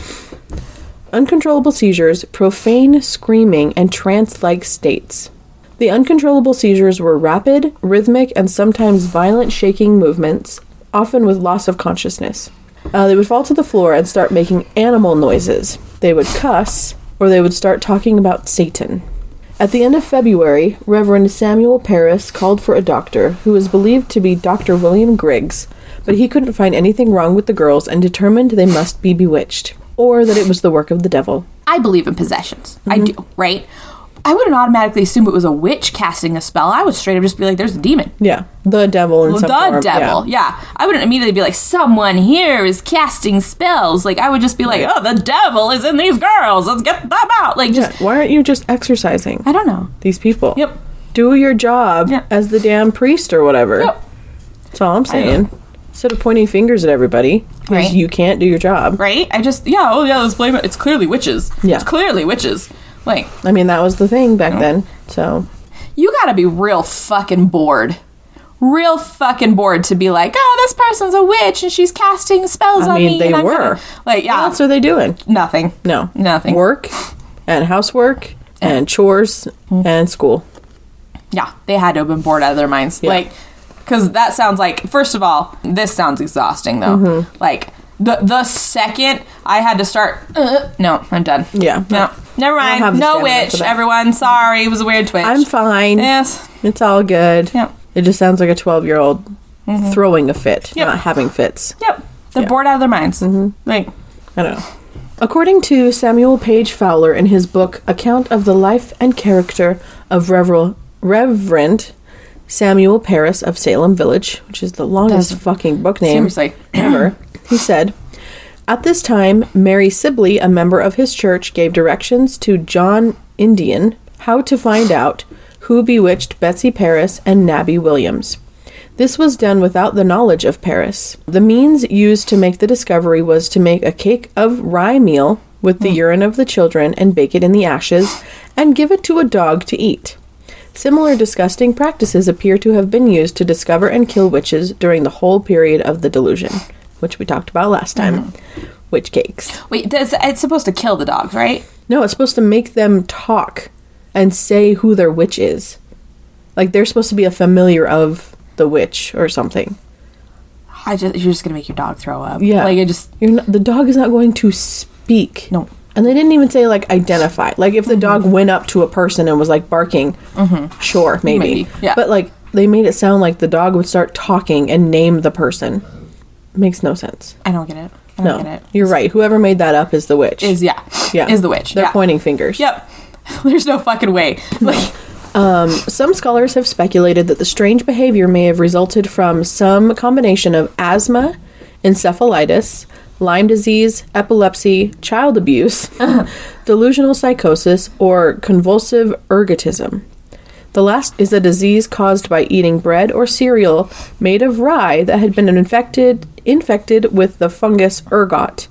Speaker 1: Uncontrollable seizures, profane screaming, and trance like states. The uncontrollable seizures were rapid, rhythmic, and sometimes violent shaking movements, often with loss of consciousness. Uh, they would fall to the floor and start making animal noises. They would cuss, or they would start talking about Satan. At the end of February, Reverend Samuel Paris called for a doctor who was believed to be Dr. William Griggs, but he couldn't find anything wrong with the girls and determined they must be bewitched, or that it was the work of the devil.
Speaker 2: I believe in possessions. I
Speaker 1: Mm-hmm.
Speaker 2: do. Right. I wouldn't automatically assume it was a witch casting a spell. I would straight up just be like, "There's a demon."
Speaker 1: Yeah, the devil in
Speaker 2: Well,
Speaker 1: some
Speaker 2: the
Speaker 1: form,
Speaker 2: devil.
Speaker 1: yeah.
Speaker 2: Yeah. I wouldn't immediately be like, someone here is casting spells. Like, I would just be like, oh, the devil is in these girls. Let's get them out. Like, just,
Speaker 1: Yeah, Why aren't you just exercising
Speaker 2: I don't know.
Speaker 1: these people?
Speaker 2: Yep.
Speaker 1: Do your job
Speaker 2: Yeah.
Speaker 1: as the damn priest or whatever.
Speaker 2: Yep.
Speaker 1: That's all I'm saying. Instead of pointing fingers at everybody, 'cause
Speaker 2: Right.
Speaker 1: you can't do your job.
Speaker 2: Right? I just, yeah, oh, yeah, let's blame it. It's clearly witches.
Speaker 1: Yeah.
Speaker 2: It's clearly witches. Like,
Speaker 1: I mean, that was the thing back then. So
Speaker 2: you gotta be real fucking bored. Real fucking bored to be like, oh, this person's a witch and she's casting spells
Speaker 1: I
Speaker 2: on
Speaker 1: mean,
Speaker 2: me.
Speaker 1: they
Speaker 2: and I'm
Speaker 1: were.
Speaker 2: gonna-" Like, yeah,
Speaker 1: what else are they doing?
Speaker 2: nothing.
Speaker 1: No.
Speaker 2: Nothing.
Speaker 1: Work and housework and chores
Speaker 2: Mm-hmm.
Speaker 1: and school.
Speaker 2: Yeah, they had to have been bored out of their minds.
Speaker 1: Yeah.
Speaker 2: Like, because that sounds like, first of all, this sounds exhausting though.
Speaker 1: Mm-hmm.
Speaker 2: Like, the the second I had to start, uh, no, I'm done.
Speaker 1: Yeah.
Speaker 2: No, never
Speaker 1: I don't have
Speaker 2: mind.
Speaker 1: the stamina
Speaker 2: No
Speaker 1: for
Speaker 2: witch,
Speaker 1: that.
Speaker 2: everyone. Sorry, it was a weird twitch.
Speaker 1: I'm fine.
Speaker 2: Yes.
Speaker 1: It's all good.
Speaker 2: Yep.
Speaker 1: It just sounds like a 12 year old
Speaker 2: Mm-hmm.
Speaker 1: throwing a fit,
Speaker 2: Yep.
Speaker 1: not having fits.
Speaker 2: Yep. They're
Speaker 1: Yeah. Mm-hmm.
Speaker 2: bored out of their minds. Like,
Speaker 1: I don't know. According to Samuel Page Fowler in his book Account of the Life and Character of Reverend Reverend Samuel Paris of Salem Village, which is the longest fucking book name
Speaker 2: Seriously.
Speaker 1: ever, he said, At this time, Mary Sibley, a member of his church, gave directions to John Indian how to find out who bewitched Betsy Paris and Nabby Williams. This was done without the knowledge of Paris. The means used to make the discovery was to make a cake of rye meal with the urine of the children and bake it in the ashes and give it to a dog to eat. Similar disgusting practices appear to have been used to discover and kill witches during the whole period of the delusion, which we talked about last time. Witch cakes.
Speaker 2: Wait, does, it's supposed to kill the dogs, right?
Speaker 1: No, it's supposed to make them talk and say who their witch is. Like they're supposed to be a familiar of the witch or something.
Speaker 2: I just you're just gonna make your dog throw up.
Speaker 1: Yeah.
Speaker 2: like I just
Speaker 1: You're not, the dog is not going to speak.
Speaker 2: No. Mm-hmm.
Speaker 1: And they didn't even say like identify. Like if the dog went up to a person and was like barking, sure, maybe.
Speaker 2: Maybe, yeah.
Speaker 1: But like they made it sound like the dog would start talking and name the person. Makes no sense.
Speaker 2: I don't get it. I
Speaker 1: No.
Speaker 2: don't get it.
Speaker 1: You're right. Whoever made that up is the witch.
Speaker 2: Is yeah,
Speaker 1: yeah.
Speaker 2: is the witch.
Speaker 1: They're
Speaker 2: yeah.
Speaker 1: pointing fingers.
Speaker 2: Yep. There's no fucking way. Like
Speaker 1: Some scholars have speculated that the strange behavior may have resulted from some combination of asthma, encephalitis, Lyme disease, epilepsy, child abuse, delusional psychosis, or convulsive ergotism. The last is a disease caused by eating bread or cereal made of rye that had been infected infected with the fungus ergot,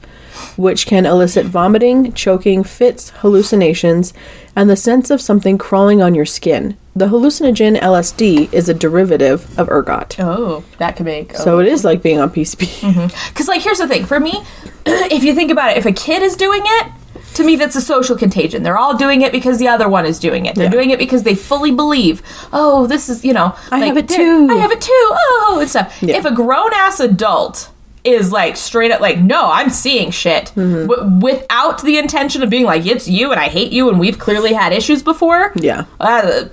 Speaker 1: which can elicit vomiting, choking, fits, hallucinations, and the sense of something crawling on your skin. The hallucinogen LSD is a derivative of ergot.
Speaker 2: oh, that could make
Speaker 1: So it is like being on PCP.
Speaker 2: Because, like, here's the thing for me, if you think about it, if a kid is doing it, to me, that's a social contagion. They're all doing it because the other one is doing it. They're
Speaker 1: Yeah.
Speaker 2: doing it because they fully believe, oh, this is, you know,
Speaker 1: I have it
Speaker 2: they're-
Speaker 1: too.
Speaker 2: I have it too. Oh, and stuff.
Speaker 1: Yeah.
Speaker 2: If a grown ass adult is like straight up like, no, I'm seeing shit
Speaker 1: Mm-hmm.
Speaker 2: w- without the intention of being like, it's you and I hate you and we've clearly had issues before.
Speaker 1: Yeah.
Speaker 2: uh,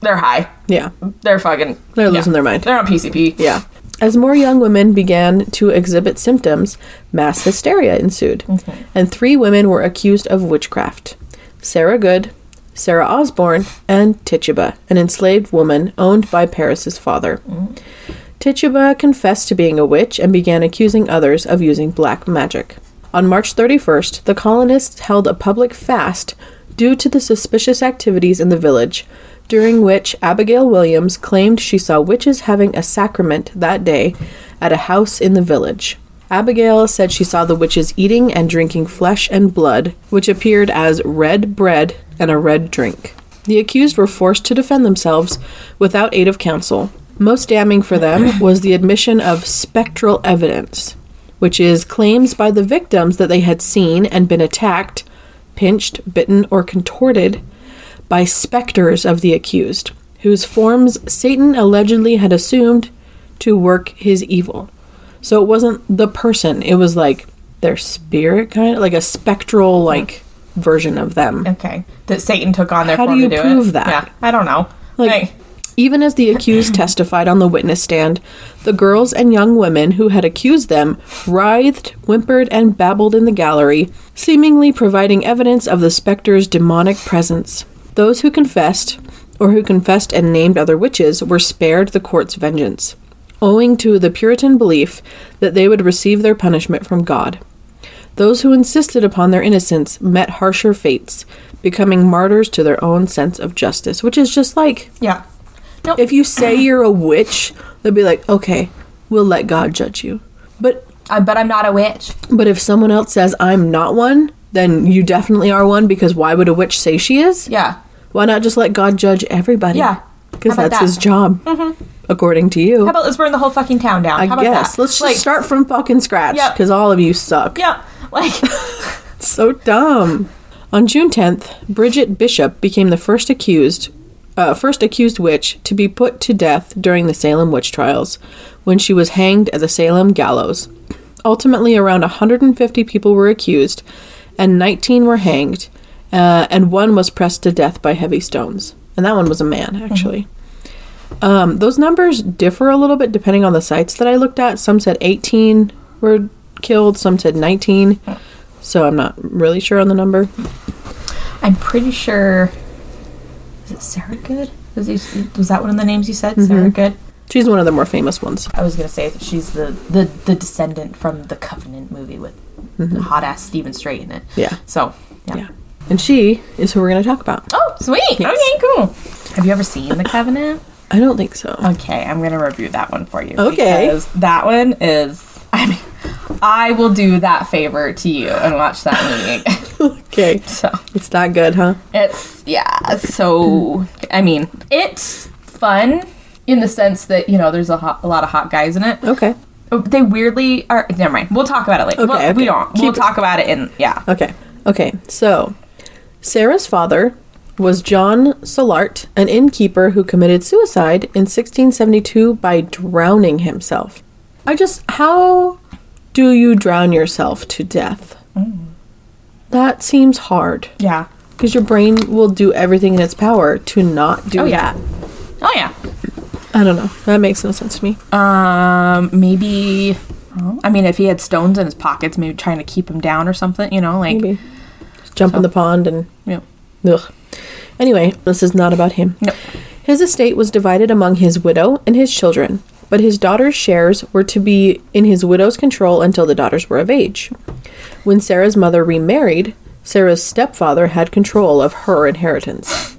Speaker 2: they're high.
Speaker 1: Yeah.
Speaker 2: They're fucking.
Speaker 1: They're losing their mind.
Speaker 2: They're on PCP.
Speaker 1: Yeah. As more young women began to exhibit symptoms, mass hysteria ensued, and three women were accused of witchcraft Sarah Good, Sarah Osborne, and Tituba, an enslaved woman owned by Paris's father. Tituba confessed to being a witch and began accusing others of using black magic. On March 31st, the colonists held a public fast due to the suspicious activities in the village, during which Abigail Williams claimed she saw witches having a sacrament that day at a house in the village. Abigail said she saw the witches eating and drinking flesh and blood, which appeared as red bread and a red drink. The accused were forced to defend themselves without aid of counsel. Most damning for them was the admission of spectral evidence, which is claims by the victims that they had seen and been attacked, pinched, bitten, or contorted by specters of the accused, whose forms Satan allegedly had assumed to work his evil. So it wasn't the person, it was like their spirit kind of like a spectral like version of them.
Speaker 2: Okay. That Satan took on their
Speaker 1: How do
Speaker 2: form
Speaker 1: you
Speaker 2: to do
Speaker 1: prove
Speaker 2: it.
Speaker 1: that?
Speaker 2: Yeah, I don't know.
Speaker 1: Like,
Speaker 2: Like,
Speaker 1: Even as the accused testified on the witness stand, the girls and young women who had accused them writhed, whimpered, and babbled in the gallery, seemingly providing evidence of the specter's demonic presence. Those who confessed, or who confessed and named other witches, were spared the court's vengeance, owing to the Puritan belief that they would receive their punishment from God. Those who insisted upon their innocence met harsher fates, becoming martyrs to their own sense of justice, which is just like
Speaker 2: yeah. Nope.
Speaker 1: if you say you're a witch, they'll be like, okay, we'll let God judge you. But
Speaker 2: I bet I'm not a witch.
Speaker 1: but if someone else says I'm not one, then you definitely are one because why would a witch say she is?
Speaker 2: Yeah.
Speaker 1: Why not just let God judge everybody?
Speaker 2: Yeah.
Speaker 1: because
Speaker 2: How about
Speaker 1: that's his
Speaker 2: that? Mm-hmm.
Speaker 1: job, according to you.
Speaker 2: How about let's burn the whole fucking town down?
Speaker 1: I
Speaker 2: How about
Speaker 1: guess
Speaker 2: that?
Speaker 1: let's just
Speaker 2: like,
Speaker 1: start from fucking scratch
Speaker 2: Yep.
Speaker 1: because all of you suck.
Speaker 2: Yeah. Like,
Speaker 1: so dumb. On June 10th, Bridget Bishop became the first accused, uh, first accused witch to be put to death during the Salem witch trials, when she was hanged at the Salem gallows. Ultimately, around 150 people were accused, and 19 were hanged, uh, and one was pressed to death by heavy stones. And that one was a man, actually. Um, those numbers differ a little bit depending on the sites that I looked at. Some said 18 were killed, some said 19. So I'm not really sure on the number.
Speaker 2: I'm pretty sure. Is it Sarah Good? Was, he, was that one of the names you
Speaker 1: Mm-hmm.
Speaker 2: said? Sarah Good.
Speaker 1: She's one of the more famous ones.
Speaker 2: I was gonna say that she's the, the the descendant from the Covenant movie with hot ass Stephen Strait in it.
Speaker 1: Mm-hmm. Yeah.
Speaker 2: So yeah.
Speaker 1: Yeah. And she is who we're going to talk about.
Speaker 2: Oh, sweet.
Speaker 1: Yes.
Speaker 2: Okay, cool. Have you ever seen The Covenant?
Speaker 1: I don't think so.
Speaker 2: Okay, I'm gonna review that one for you.
Speaker 1: Okay.
Speaker 2: Because that one is I mean I will do that favor to you and watch that movie again.
Speaker 1: Okay.
Speaker 2: So
Speaker 1: It's that good, huh?
Speaker 2: it's yeah, so I mean it's fun in the sense that, you know, there's a, hot, a lot of hot guys in it. Oh,
Speaker 1: Okay.
Speaker 2: They weirdly are never mind. We'll talk about it later.
Speaker 1: Okay,
Speaker 2: Well, We
Speaker 1: okay.
Speaker 2: don't. we'll
Speaker 1: Keep it-
Speaker 2: talk about it in yeah.
Speaker 1: Okay. Okay. So, Sarah's father was John Salart, an innkeeper who committed suicide in 1672 by drowning himself. I just, how do you drown yourself to death?
Speaker 2: Mm.
Speaker 1: That seems hard
Speaker 2: Yeah.
Speaker 1: because your brain will do everything in its power to not do
Speaker 2: Oh yeah.
Speaker 1: that.
Speaker 2: Oh yeah.
Speaker 1: I don't know. That makes no sense to me.
Speaker 2: Um, maybe. I mean, if he had stones in his pockets, maybe trying to keep him down or something. You know, like
Speaker 1: Maybe just jump in the pond and
Speaker 2: you know,
Speaker 1: Ugh. Anyway, this is not about him.
Speaker 2: No.
Speaker 1: His estate was divided among his widow and his children, but his daughter's shares were to be in his widow's control until the daughters were of age. When Sarah's mother remarried, Sarah's stepfather had control of her inheritance.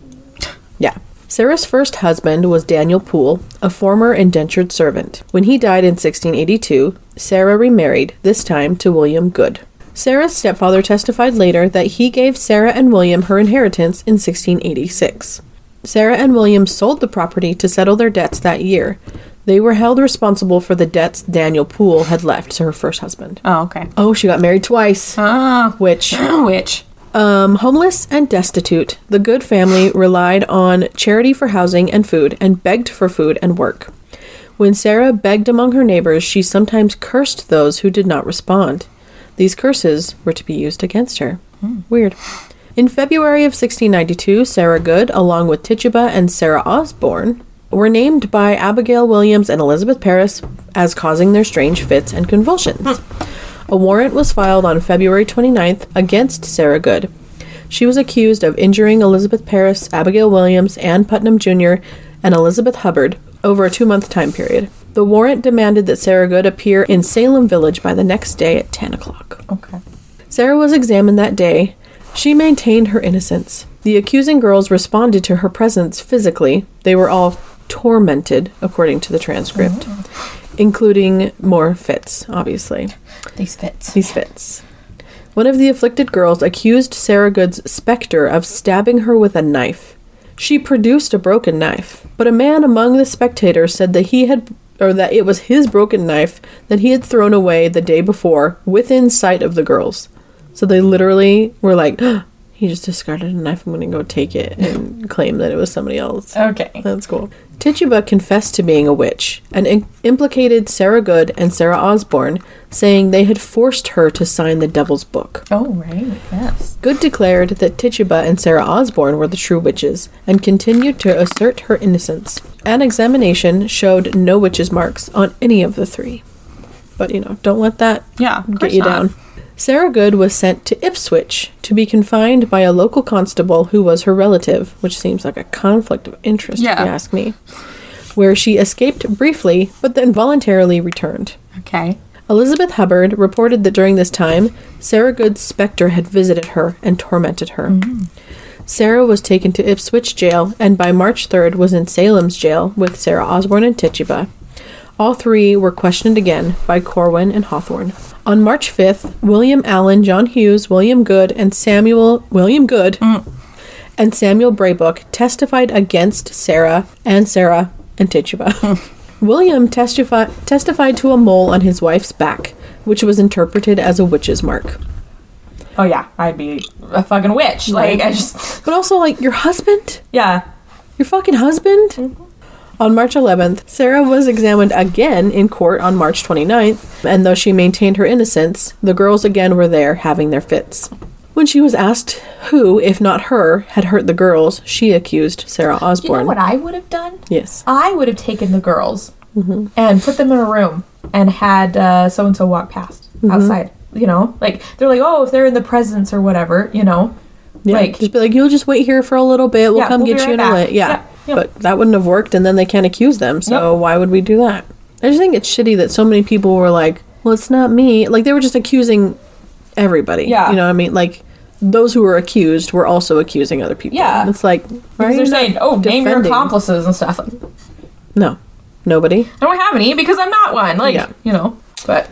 Speaker 1: Yeah. Sarah's first husband was Daniel Poole, a former indentured servant. When he died in 1682, Sarah remarried, this time to William Good. Sarah's stepfather testified later that he gave Sarah and William her inheritance in 1686. Sarah and William sold the property to settle their debts that year. They were held responsible for the debts Daniel Poole had left to her first husband.
Speaker 2: oh okay,
Speaker 1: Oh, she got married twice.
Speaker 2: ah,
Speaker 1: Which
Speaker 2: which
Speaker 1: um, homeless and destitute, the good family relied on charity for housing and food and begged for food and work. When Sarah begged among her neighbors, she sometimes cursed those who did not respond. These curses were to be used against her. Weird. In February of 1692, Sarah Good, along with Tituba and Sarah Osborne, were named by Abigail Williams and Elizabeth Parris as causing their strange fits and convulsions. A warrant was filed on February 29th against Sarah Good. She was accused of injuring Elizabeth Parris, Abigail Williams, Ann Putnam Jr., and Elizabeth Hubbard over a two month time period. The warrant demanded that Sarah Good appear in Salem Village by the next day at 10 o'clock.
Speaker 2: okay,
Speaker 1: Sarah was examined that day. She maintained her innocence. The accusing girls responded to her presence physically. They were all tormented, according to the transcript, including more fits, obviously
Speaker 2: these fits.
Speaker 1: these fits. One of the afflicted girls accused Sarah Good's specter of stabbing her with a knife. She produced a broken knife, but a man among the spectators said that he had or that it was his broken knife that he had thrown away the day before within sight of the girls. So they literally were like, he just discarded a knife. I'm going to go take it and claim that it was somebody else.
Speaker 2: Okay,
Speaker 1: That's cool. Tituba confessed to being a witch and im- implicated Sarah Good and Sarah Osborne, saying they had forced her to sign the Devil's Book.
Speaker 2: oh right, yes,
Speaker 1: Good declared that Tituba and Sarah Osborne were the true witches and continued to assert her innocence. An examination showed no witches' marks on any of the three. But you know, don't let that
Speaker 2: Yeah, of
Speaker 1: get
Speaker 2: course
Speaker 1: you
Speaker 2: not.
Speaker 1: down. Sarah Good was sent to Ipswich to be confined by a local constable who was her relative, which seems like a conflict of interest if
Speaker 2: Yeah.
Speaker 1: you ask me. Where she escaped briefly, but then voluntarily returned.
Speaker 2: okay,
Speaker 1: Elizabeth Hubbard reported that during this time, Sarah Good's specter had visited her and tormented her. Sarah was taken to Ipswich jail and by March 3rd was in Salem's jail with Sarah Osborne and Tituba. All three were questioned again by Corwin and Hawthorne. On March 5th, William Allen, John Hughes, William Good, and Samuel William Good and Samuel Braybook testified against Sarah and Sarah and Tituba. William testifi- testified to a mole on his wife's back, which was interpreted as a witch's mark.
Speaker 2: oh yeah, I'd be a fucking witch. Like I just
Speaker 1: But also, like, your husband?
Speaker 2: yeah,
Speaker 1: Your fucking husband?
Speaker 2: Mm-hmm.
Speaker 1: On March 11th, Sarah was examined again in court on March 29th, and though she maintained her innocence, the girls again were there having their fits. When she was asked who, if not her, had hurt the girls, she accused Sarah
Speaker 2: you know
Speaker 1: Osborne.
Speaker 2: what I would have done?
Speaker 1: yes.
Speaker 2: I would have taken the girls
Speaker 1: Mm-hmm.
Speaker 2: and put them in a room and had uh, so and so walk past
Speaker 1: Mm-hmm.
Speaker 2: outside. You know, like they're like, oh, if they're in the presence or whatever, you know,
Speaker 1: Yeah,
Speaker 2: like
Speaker 1: just be like, you'll just wait here for a little bit. We'll
Speaker 2: Yeah,
Speaker 1: come
Speaker 2: we'll
Speaker 1: get
Speaker 2: be
Speaker 1: you in
Speaker 2: right
Speaker 1: a
Speaker 2: back.
Speaker 1: lit. Yeah.
Speaker 2: Yeah, yeah.
Speaker 1: But that wouldn't have worked, and then they can't accuse them. So why would we do that? I just think it's shitty that so many people were like, well, it's not me. Like, they were just accusing everybody.
Speaker 2: Yeah.
Speaker 1: You know what I mean? Like, those who were accused were also accusing other people.
Speaker 3: Yeah.
Speaker 1: It's like, why are
Speaker 3: Because they're
Speaker 1: you not
Speaker 3: saying, "Oh, name your
Speaker 1: defending?"
Speaker 3: accomplices and stuff." Like,
Speaker 1: No, nobody.
Speaker 3: I don't have any because I'm not one. Like,
Speaker 1: Yeah.
Speaker 3: you know, but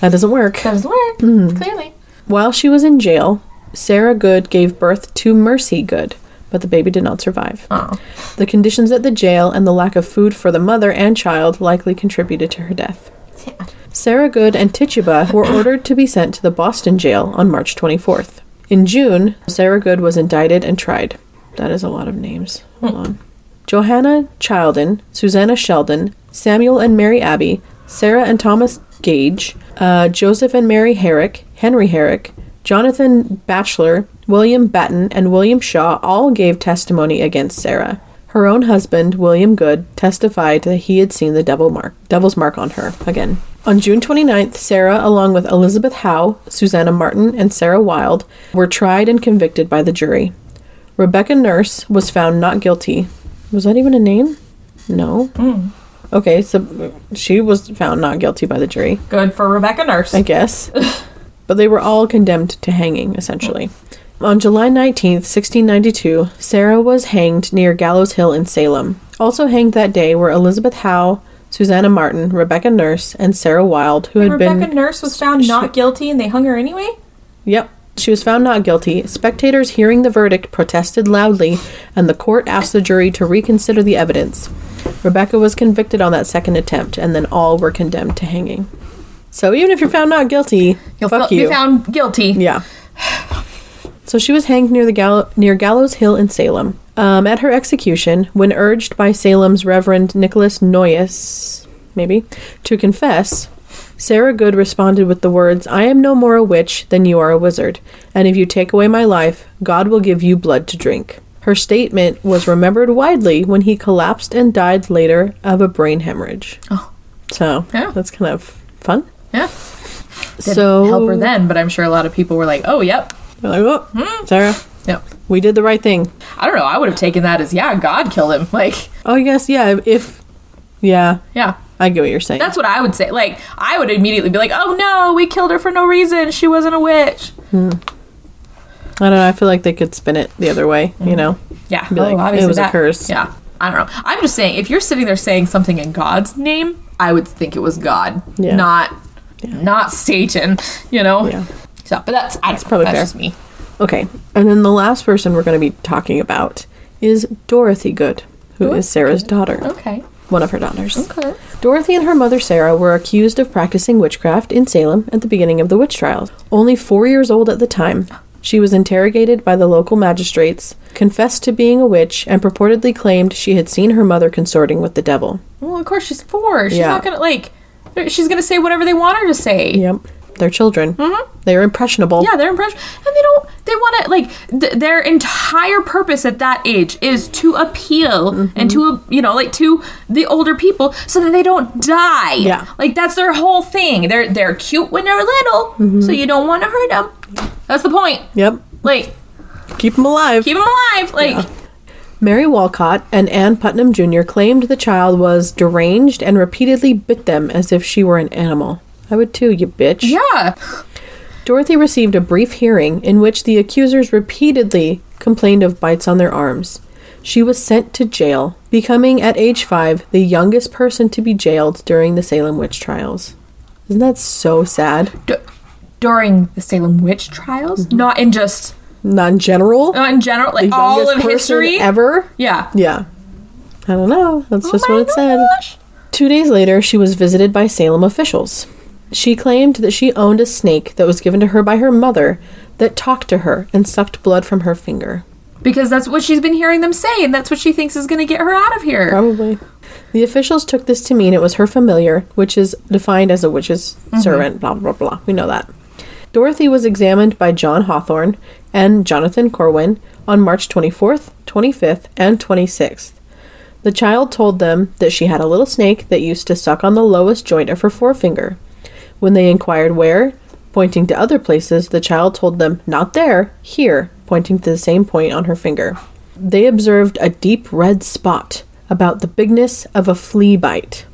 Speaker 1: That doesn't work.
Speaker 3: that doesn't work.
Speaker 1: Mm-hmm.
Speaker 3: Clearly.
Speaker 1: While she was in jail, Sarah Good gave birth to Mercy Good, but the baby did not survive.
Speaker 3: Oh.
Speaker 1: The conditions at the jail and the lack of food for the mother and child likely contributed to her death.
Speaker 3: Sad.
Speaker 1: Sarah Good and Tituba were ordered to be sent to the Boston jail on March 24th. In June, Sarah Good was indicted and tried. That is a lot of names. Hold on. Johanna Childen, Susanna Sheldon, Samuel and Mary Abbey, Sarah and Thomas Gage, uh, Joseph and Mary Herrick, Henry Herrick, Jonathan Batchelor, William Batten, and William Shaw all gave testimony against Sarah. Her own husband, William Good, testified that he had seen the devil mark, devil's mark on her again. On June 29th, Sarah, along with Elizabeth Howe, Susanna Martin, and Sarah Wilde, were tried and convicted by the jury. Rebecca Nurse was found not guilty. Was that even a name? No. Okay, so she was found not guilty by the jury.
Speaker 3: Good for Rebecca Nurse.
Speaker 1: I guess. but they were all condemned to hanging, essentially. On July 19th, 1692, Sarah was hanged near Gallows Hill in Salem. Also hanged that day were Elizabeth Howe, Susanna Martin, Rebecca Nurse, and Sarah Wilde, who had
Speaker 3: Rebecca
Speaker 1: been.
Speaker 3: Nurse was found not guilty and they hung her anyway?
Speaker 1: Yep. She was found not guilty. Spectators hearing the verdict protested loudly, and the court asked the jury to reconsider the evidence. Rebecca was convicted on that second attempt, and then all were condemned to hanging. So even if you're found not guilty, fuck
Speaker 3: be
Speaker 1: you.
Speaker 3: found guilty.
Speaker 1: Yeah. So she was hanged near the gall- near Gallows Hill in Salem. Um, at her execution, when urged by Salem's Reverend Nicholas Noyes, maybe, to confess, Sarah Good responded with the words, "I am no more a witch than you are a wizard, and if you take away my life, God will give you blood to drink." Her statement was remembered widely when he collapsed and died later of a brain hemorrhage.
Speaker 3: Oh.
Speaker 1: So
Speaker 3: Yeah.
Speaker 1: that's kind of fun.
Speaker 3: Yeah. Didn't
Speaker 1: so
Speaker 3: help her then, Hmm. but I'm sure a lot of people were like, "Oh, yep,
Speaker 1: We're like, oh, Sarah,
Speaker 3: yep."
Speaker 1: we did the right thing.
Speaker 3: I don't know. I would have taken that as, "Yeah, God killed him." Like,
Speaker 1: Oh, I guess yeah. If yeah,
Speaker 3: yeah,
Speaker 1: I get what you're saying.
Speaker 3: that's what I would say. Like, I would immediately be like, "Oh no, we killed her for no reason. She wasn't a witch."
Speaker 1: I don't know. I feel like they could spin it the other way. You know,
Speaker 3: Yeah, oh,
Speaker 1: Be like, "It was a curse."
Speaker 3: Yeah, I don't know. I'm just saying, if you're sitting there saying something in God's name, I would think it was God,
Speaker 1: Yeah.
Speaker 3: not not Satan. You know.
Speaker 1: Yeah.
Speaker 3: So, but that's I that's
Speaker 1: probably
Speaker 3: probably that's
Speaker 1: fair.
Speaker 3: just me.
Speaker 1: okay. And then the last person we're going to be talking about is Dorothy Good, who is Sarah's daughter,
Speaker 3: Okay.
Speaker 1: one of her daughters.
Speaker 3: Oh. Okay.
Speaker 1: Dorothy and her mother Sarah were accused of practicing witchcraft in Salem at the beginning of the witch trials. Only four years old at the time, she was interrogated by the local magistrates, confessed to being a witch, and purportedly claimed she had seen her mother consorting with the devil.
Speaker 3: Well, of course she's four. She's
Speaker 1: Yeah.
Speaker 3: not gonna like. She's gonna say whatever they want her to say.
Speaker 1: Yep. They're children. They're impressionable.
Speaker 3: Mm-hmm. Yeah, they're impression, and they don't. They want to like th- their entire purpose at that age is to appeal and to
Speaker 1: Mm-hmm.
Speaker 3: you know like to the older people so that they don't die.
Speaker 1: Yeah.
Speaker 3: like that's their whole thing. They're they're cute when they're little,
Speaker 1: Mm-hmm.
Speaker 3: so you don't want to hurt them. That's the point.
Speaker 1: Yep.
Speaker 3: Like
Speaker 1: Keep them alive.
Speaker 3: keep them alive. Like
Speaker 1: Mary Walcott and Ann Putnam Jr. claimed the child was deranged and repeatedly bit them as if she were an animal. I would too, you bitch.
Speaker 3: yeah,
Speaker 1: Dorothy received a brief hearing in which the accusers repeatedly complained of bites on their arms. She was sent to jail, becoming at age five the youngest person to be jailed during the Salem witch trials. Isn't that so sad?
Speaker 3: D- during the Salem witch trials, not in just
Speaker 1: Not in general.
Speaker 3: not in general, like
Speaker 1: Mm-hmm. the
Speaker 3: all
Speaker 1: youngest
Speaker 3: of
Speaker 1: person
Speaker 3: history.
Speaker 1: ever.
Speaker 3: yeah,
Speaker 1: Yeah. I don't know. That's just
Speaker 3: Oh
Speaker 1: what
Speaker 3: my
Speaker 1: it said.
Speaker 3: gosh.
Speaker 1: Two days later, she was visited by Salem officials. She claimed that she owned a snake that was given to her by her mother that talked to her and sucked blood from her finger.
Speaker 3: because that's what she's been hearing them say, and that's what she thinks is going to get her out of here.
Speaker 1: Probably. The officials took this to mean it was her familiar, which is defined as a witch's servant, blah, blah, blah. We know that. Dorothy was examined by John Hawthorne and Jonathan Corwin on March 24th, 25th, and 26th. The child told them that she had a little snake that used to suck on the lowest joint of her forefinger. When they inquired where, pointing to other places, the child told them, Not there, here, pointing to the same point on her finger. They observed a deep red spot about the bigness of a flea bite.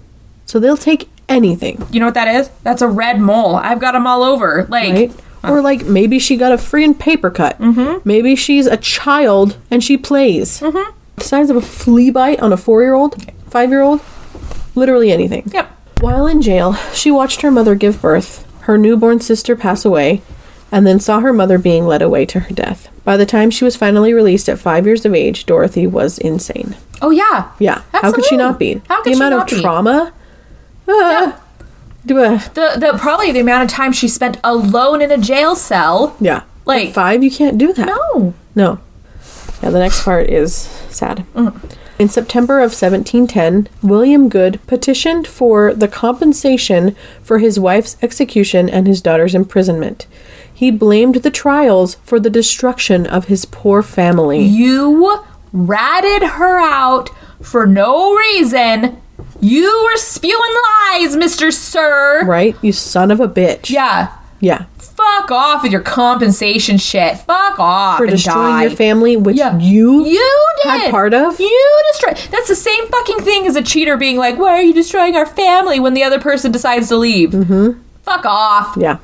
Speaker 1: So they'll take anything,
Speaker 3: You know what that is? That's a red mole. I've got them all over. Like,
Speaker 1: right? Or like maybe she got a freaking paper cut. Mm-hmm. Maybe she's a child and she plays. Mm-hmm. The size of a flea bite on a four year old, five year old, literally anything.
Speaker 3: Yep.
Speaker 1: While in jail, she watched her mother give birth, her newborn sister pass away, and then saw her mother being led away to her death. By the time she was finally released at five years of age, Dorothy was insane.
Speaker 3: Oh yeah.
Speaker 1: Yeah. How could she
Speaker 3: Absolutely.
Speaker 1: not be?
Speaker 3: How could
Speaker 1: the
Speaker 3: she
Speaker 1: amount
Speaker 3: not
Speaker 1: of
Speaker 3: be?
Speaker 1: trauma. Ah. Do a-
Speaker 3: The the probably the amount of time she spent alone in a jail cell.
Speaker 1: yeah.
Speaker 3: Like-
Speaker 1: At five, you can't do that.
Speaker 3: No.
Speaker 1: No. Yeah, the next part is sad.
Speaker 3: Mm.
Speaker 1: In September of 1710, William Good petitioned for the compensation for his wife's execution and his daughter's imprisonment. He blamed the trials for the destruction of his poor family.
Speaker 3: You ratted her out for no reason. You were spewing lies, Mr. Sir.
Speaker 1: Right? You son of a bitch.
Speaker 3: Yeah.
Speaker 1: Yeah.
Speaker 3: Fuck off with your compensation shit. Fuck off
Speaker 1: For
Speaker 3: and
Speaker 1: destroying
Speaker 3: die.
Speaker 1: your family, which
Speaker 3: Yeah.
Speaker 1: you
Speaker 3: You did.
Speaker 1: had part of?
Speaker 3: You destroy. That's the same fucking thing as a cheater being like, "Why are you destroying our family?" When the other person decides to leave. Mm-hmm. Fuck off.
Speaker 1: Yeah.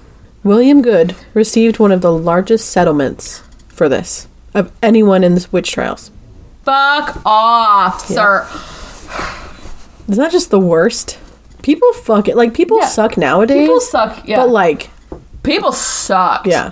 Speaker 1: William Good received one of the largest settlements for this of anyone in the witch trials.
Speaker 3: Fuck off, sir.
Speaker 1: It's not just the worst. People fuck it. Like people
Speaker 3: Yeah.
Speaker 1: suck nowadays.
Speaker 3: People suck, yeah.
Speaker 1: But like,
Speaker 3: People suck.
Speaker 1: yeah,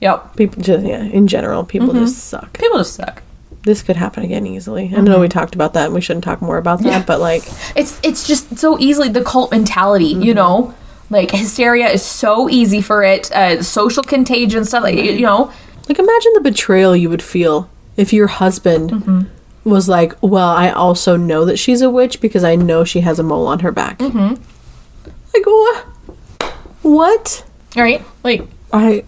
Speaker 3: Yep.
Speaker 1: people just yeah. In general, people
Speaker 3: Mm-hmm.
Speaker 1: just suck.
Speaker 3: People just suck.
Speaker 1: This could happen again easily. I know we talked about that, and we shouldn't talk more about that.
Speaker 3: Mm-hmm. Yeah.
Speaker 1: But like,
Speaker 3: It's it's just so easily the cult mentality,
Speaker 1: Mm-hmm.
Speaker 3: you know. Like hysteria is so easy for it. Uh, social contagion stuff, like you, you know.
Speaker 1: like imagine the betrayal you would feel if your husband
Speaker 3: Mm-hmm.
Speaker 1: was like, "Well, I also know that she's a witch because I know she has a mole on her back." Mm-hmm. Like what? What?
Speaker 3: Right? Like,
Speaker 1: I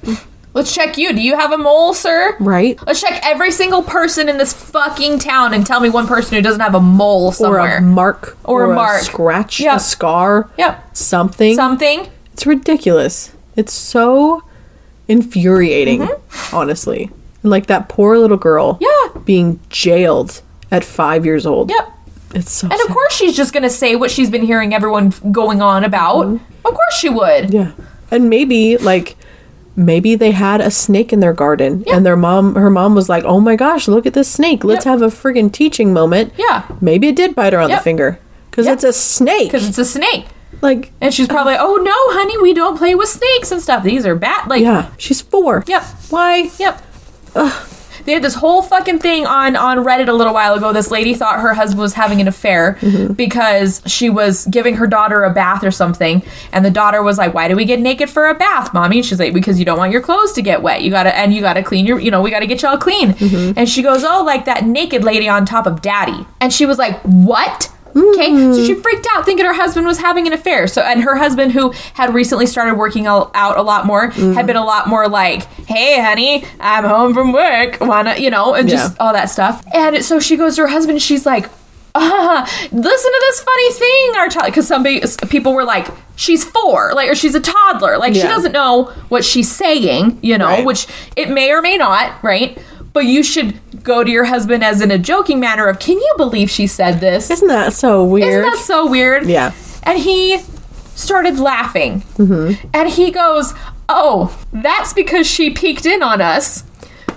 Speaker 3: let's check you. Do you have a mole, sir?
Speaker 1: right.
Speaker 3: Let's check every single person in this fucking town and tell me one person who doesn't have a mole
Speaker 1: Or
Speaker 3: somewhere.
Speaker 1: a mark,
Speaker 3: Or a mark.
Speaker 1: scratch,
Speaker 3: Yeah.
Speaker 1: a scar,
Speaker 3: Yep.
Speaker 1: something.
Speaker 3: Something.
Speaker 1: It's ridiculous. It's so infuriating, honestly. And like that poor little girl
Speaker 3: Mm-hmm. Yeah.
Speaker 1: being jailed at five years old.
Speaker 3: Yep.
Speaker 1: It's so
Speaker 3: And of
Speaker 1: sad.
Speaker 3: course she's just gonna say what she's been hearing everyone f- going on about.
Speaker 1: Mm-hmm.
Speaker 3: Of course she would.
Speaker 1: Yeah. And maybe like maybe they had a snake in their garden and their mom her mom was like, Oh my gosh, look at this snake. Let's
Speaker 3: Yep.
Speaker 1: have a friggin' teaching moment.
Speaker 3: Yeah.
Speaker 1: Maybe it did bite her on the
Speaker 3: Yep.
Speaker 1: finger. Because
Speaker 3: Yep.
Speaker 1: it's a snake.
Speaker 3: Because it's a snake.
Speaker 1: Like
Speaker 3: And she's probably, oh no, honey, we don't play with snakes and stuff. These are bad. Like,
Speaker 1: yeah, she's four.
Speaker 3: Yep.
Speaker 1: Why?
Speaker 3: Yep. They had this whole fucking thing on on Reddit a little while ago. This lady thought her husband was having an affair because she was giving her daughter a bath or something, and the daughter was like, "Why do we get naked for a bath, mommy?" And she's like, "Because you don't want your clothes to get wet. You gotta and you gotta clean your. You know, we gotta get y'all clean." And she goes, "Oh, like that naked lady on top of daddy," and she was like, "What?" Okay, so
Speaker 1: Mm.
Speaker 3: she freaked out thinking her husband was having an affair. So, and her husband, who had recently started working al- out a lot more,
Speaker 1: Mm.
Speaker 3: had been a lot more like, "Hey, honey, I'm home from work. Wanna, you know, and just
Speaker 1: Yeah.
Speaker 3: all that stuff." And so she goes to her husband. She's like, uh, "Listen to this funny thing, our child," because somebody, s- people were like, "She's four, like, or she's a toddler, like she
Speaker 1: Yeah.
Speaker 3: doesn't know what she's saying, you know,
Speaker 1: Right.
Speaker 3: which it may or may not, right?" But you should go to your husband as in a joking manner of, "Can you believe she said this?"
Speaker 1: Isn't that so weird?
Speaker 3: Isn't that so weird?
Speaker 1: Yeah.
Speaker 3: And he started laughing. Mm-hmm. And he goes, Oh, that's because she peeked in on us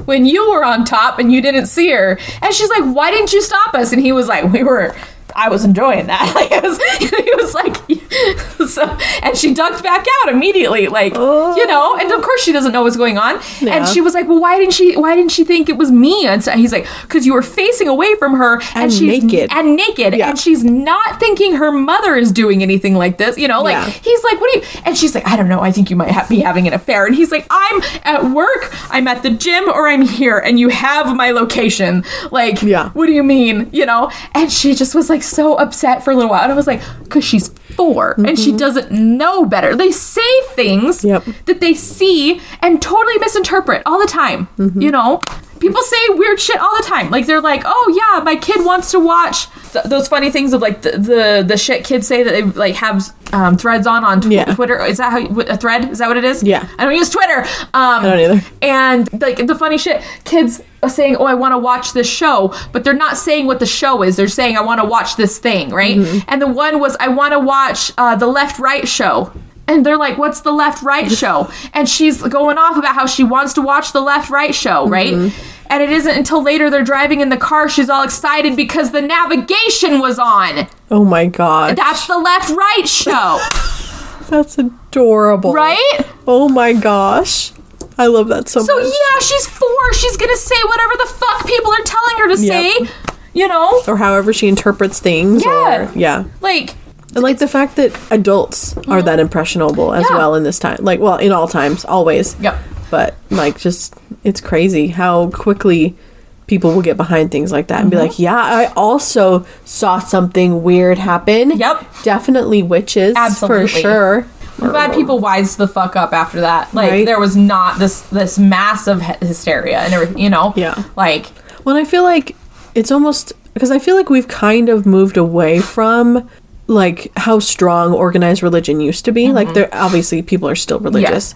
Speaker 3: when you were on top and you didn't see her. And she's like, Why didn't you stop us? And he was like, We were. I was enjoying that. Like it was, he was like, so, and she ducked back out immediately. Like you know, and of course she doesn't know what's going on.
Speaker 1: Oh. Yeah.
Speaker 3: And she was like, "Well, why didn't she? Why didn't she think it was me?" And so he's like, "Because you were facing away from her, and,
Speaker 1: And
Speaker 3: she's
Speaker 1: naked.
Speaker 3: and naked,
Speaker 1: Yeah.
Speaker 3: and she's not thinking her mother is doing anything like this. You know, like
Speaker 1: Yeah.
Speaker 3: he's like, "What are you?" And she's like, "I don't know. I think you might ha- be having an affair." And he's like, "I'm at work. I'm at the gym, or I'm here, and you have my location. Like,
Speaker 1: Yeah.
Speaker 3: what do you mean? You know?" And she just was like so upset for a little while, and I was like, "Cause she's 4 and she doesn't know better. They say things
Speaker 1: Mm-hmm. Yep.
Speaker 3: that they see and totally misinterpret all the time.
Speaker 1: Mm-hmm.
Speaker 3: You know, people say weird shit all the time. Like they're like, "Oh yeah, my kid wants to watch th- those funny things of like the, the the shit kids say that they like have um, threads on on tw-
Speaker 1: Yeah.
Speaker 3: Twitter. Is that how you, a thread? Is that what it is?
Speaker 1: Yeah.
Speaker 3: I don't use Twitter. Um, I
Speaker 1: don't either.
Speaker 3: And like the funny shit, kids are saying, "Oh, I want to watch this show," but they're not saying what the show is. They're
Speaker 1: Mm-hmm.
Speaker 3: saying, "I want to watch this thing," right? And the one was, "I want to watch uh, the left right show." and they're like, "What's the left right show?" And she's going off about how she wants to watch the left right
Speaker 1: Mm-hmm.
Speaker 3: show, right? And it isn't until later they're driving in the car she's all excited because the navigation was on.
Speaker 1: Oh my god.
Speaker 3: That's the left right show,
Speaker 1: That's adorable.
Speaker 3: right?
Speaker 1: Oh my gosh. I love that so,
Speaker 3: So
Speaker 1: much.
Speaker 3: yeah, she's four. She's gonna say whatever the fuck people are telling her to
Speaker 1: Yep.
Speaker 3: say. You know,
Speaker 1: Or however she interprets things.
Speaker 3: Yeah.
Speaker 1: Or, yeah.
Speaker 3: like
Speaker 1: And like the fact that adults are that impressionable as
Speaker 3: Yeah.
Speaker 1: well in this time. Like, well, in all times, always.
Speaker 3: Yep.
Speaker 1: But like, just, it's crazy how quickly people will get behind things like that and
Speaker 3: Mm-hmm.
Speaker 1: be like, yeah, I also saw something weird happen.
Speaker 3: Yep.
Speaker 1: Definitely witches.
Speaker 3: Absolutely.
Speaker 1: For sure.
Speaker 3: I'm glad people wised the fuck up after that. Like
Speaker 1: Right.
Speaker 3: there was not this this massive hy- hysteria and everything. You know,
Speaker 1: Yeah.
Speaker 3: Like
Speaker 1: Well, I feel like it's almost because I feel like we've kind of moved away from like how strong organized religion used to be.
Speaker 3: Mm-hmm.
Speaker 1: Like, there obviously people are still religious,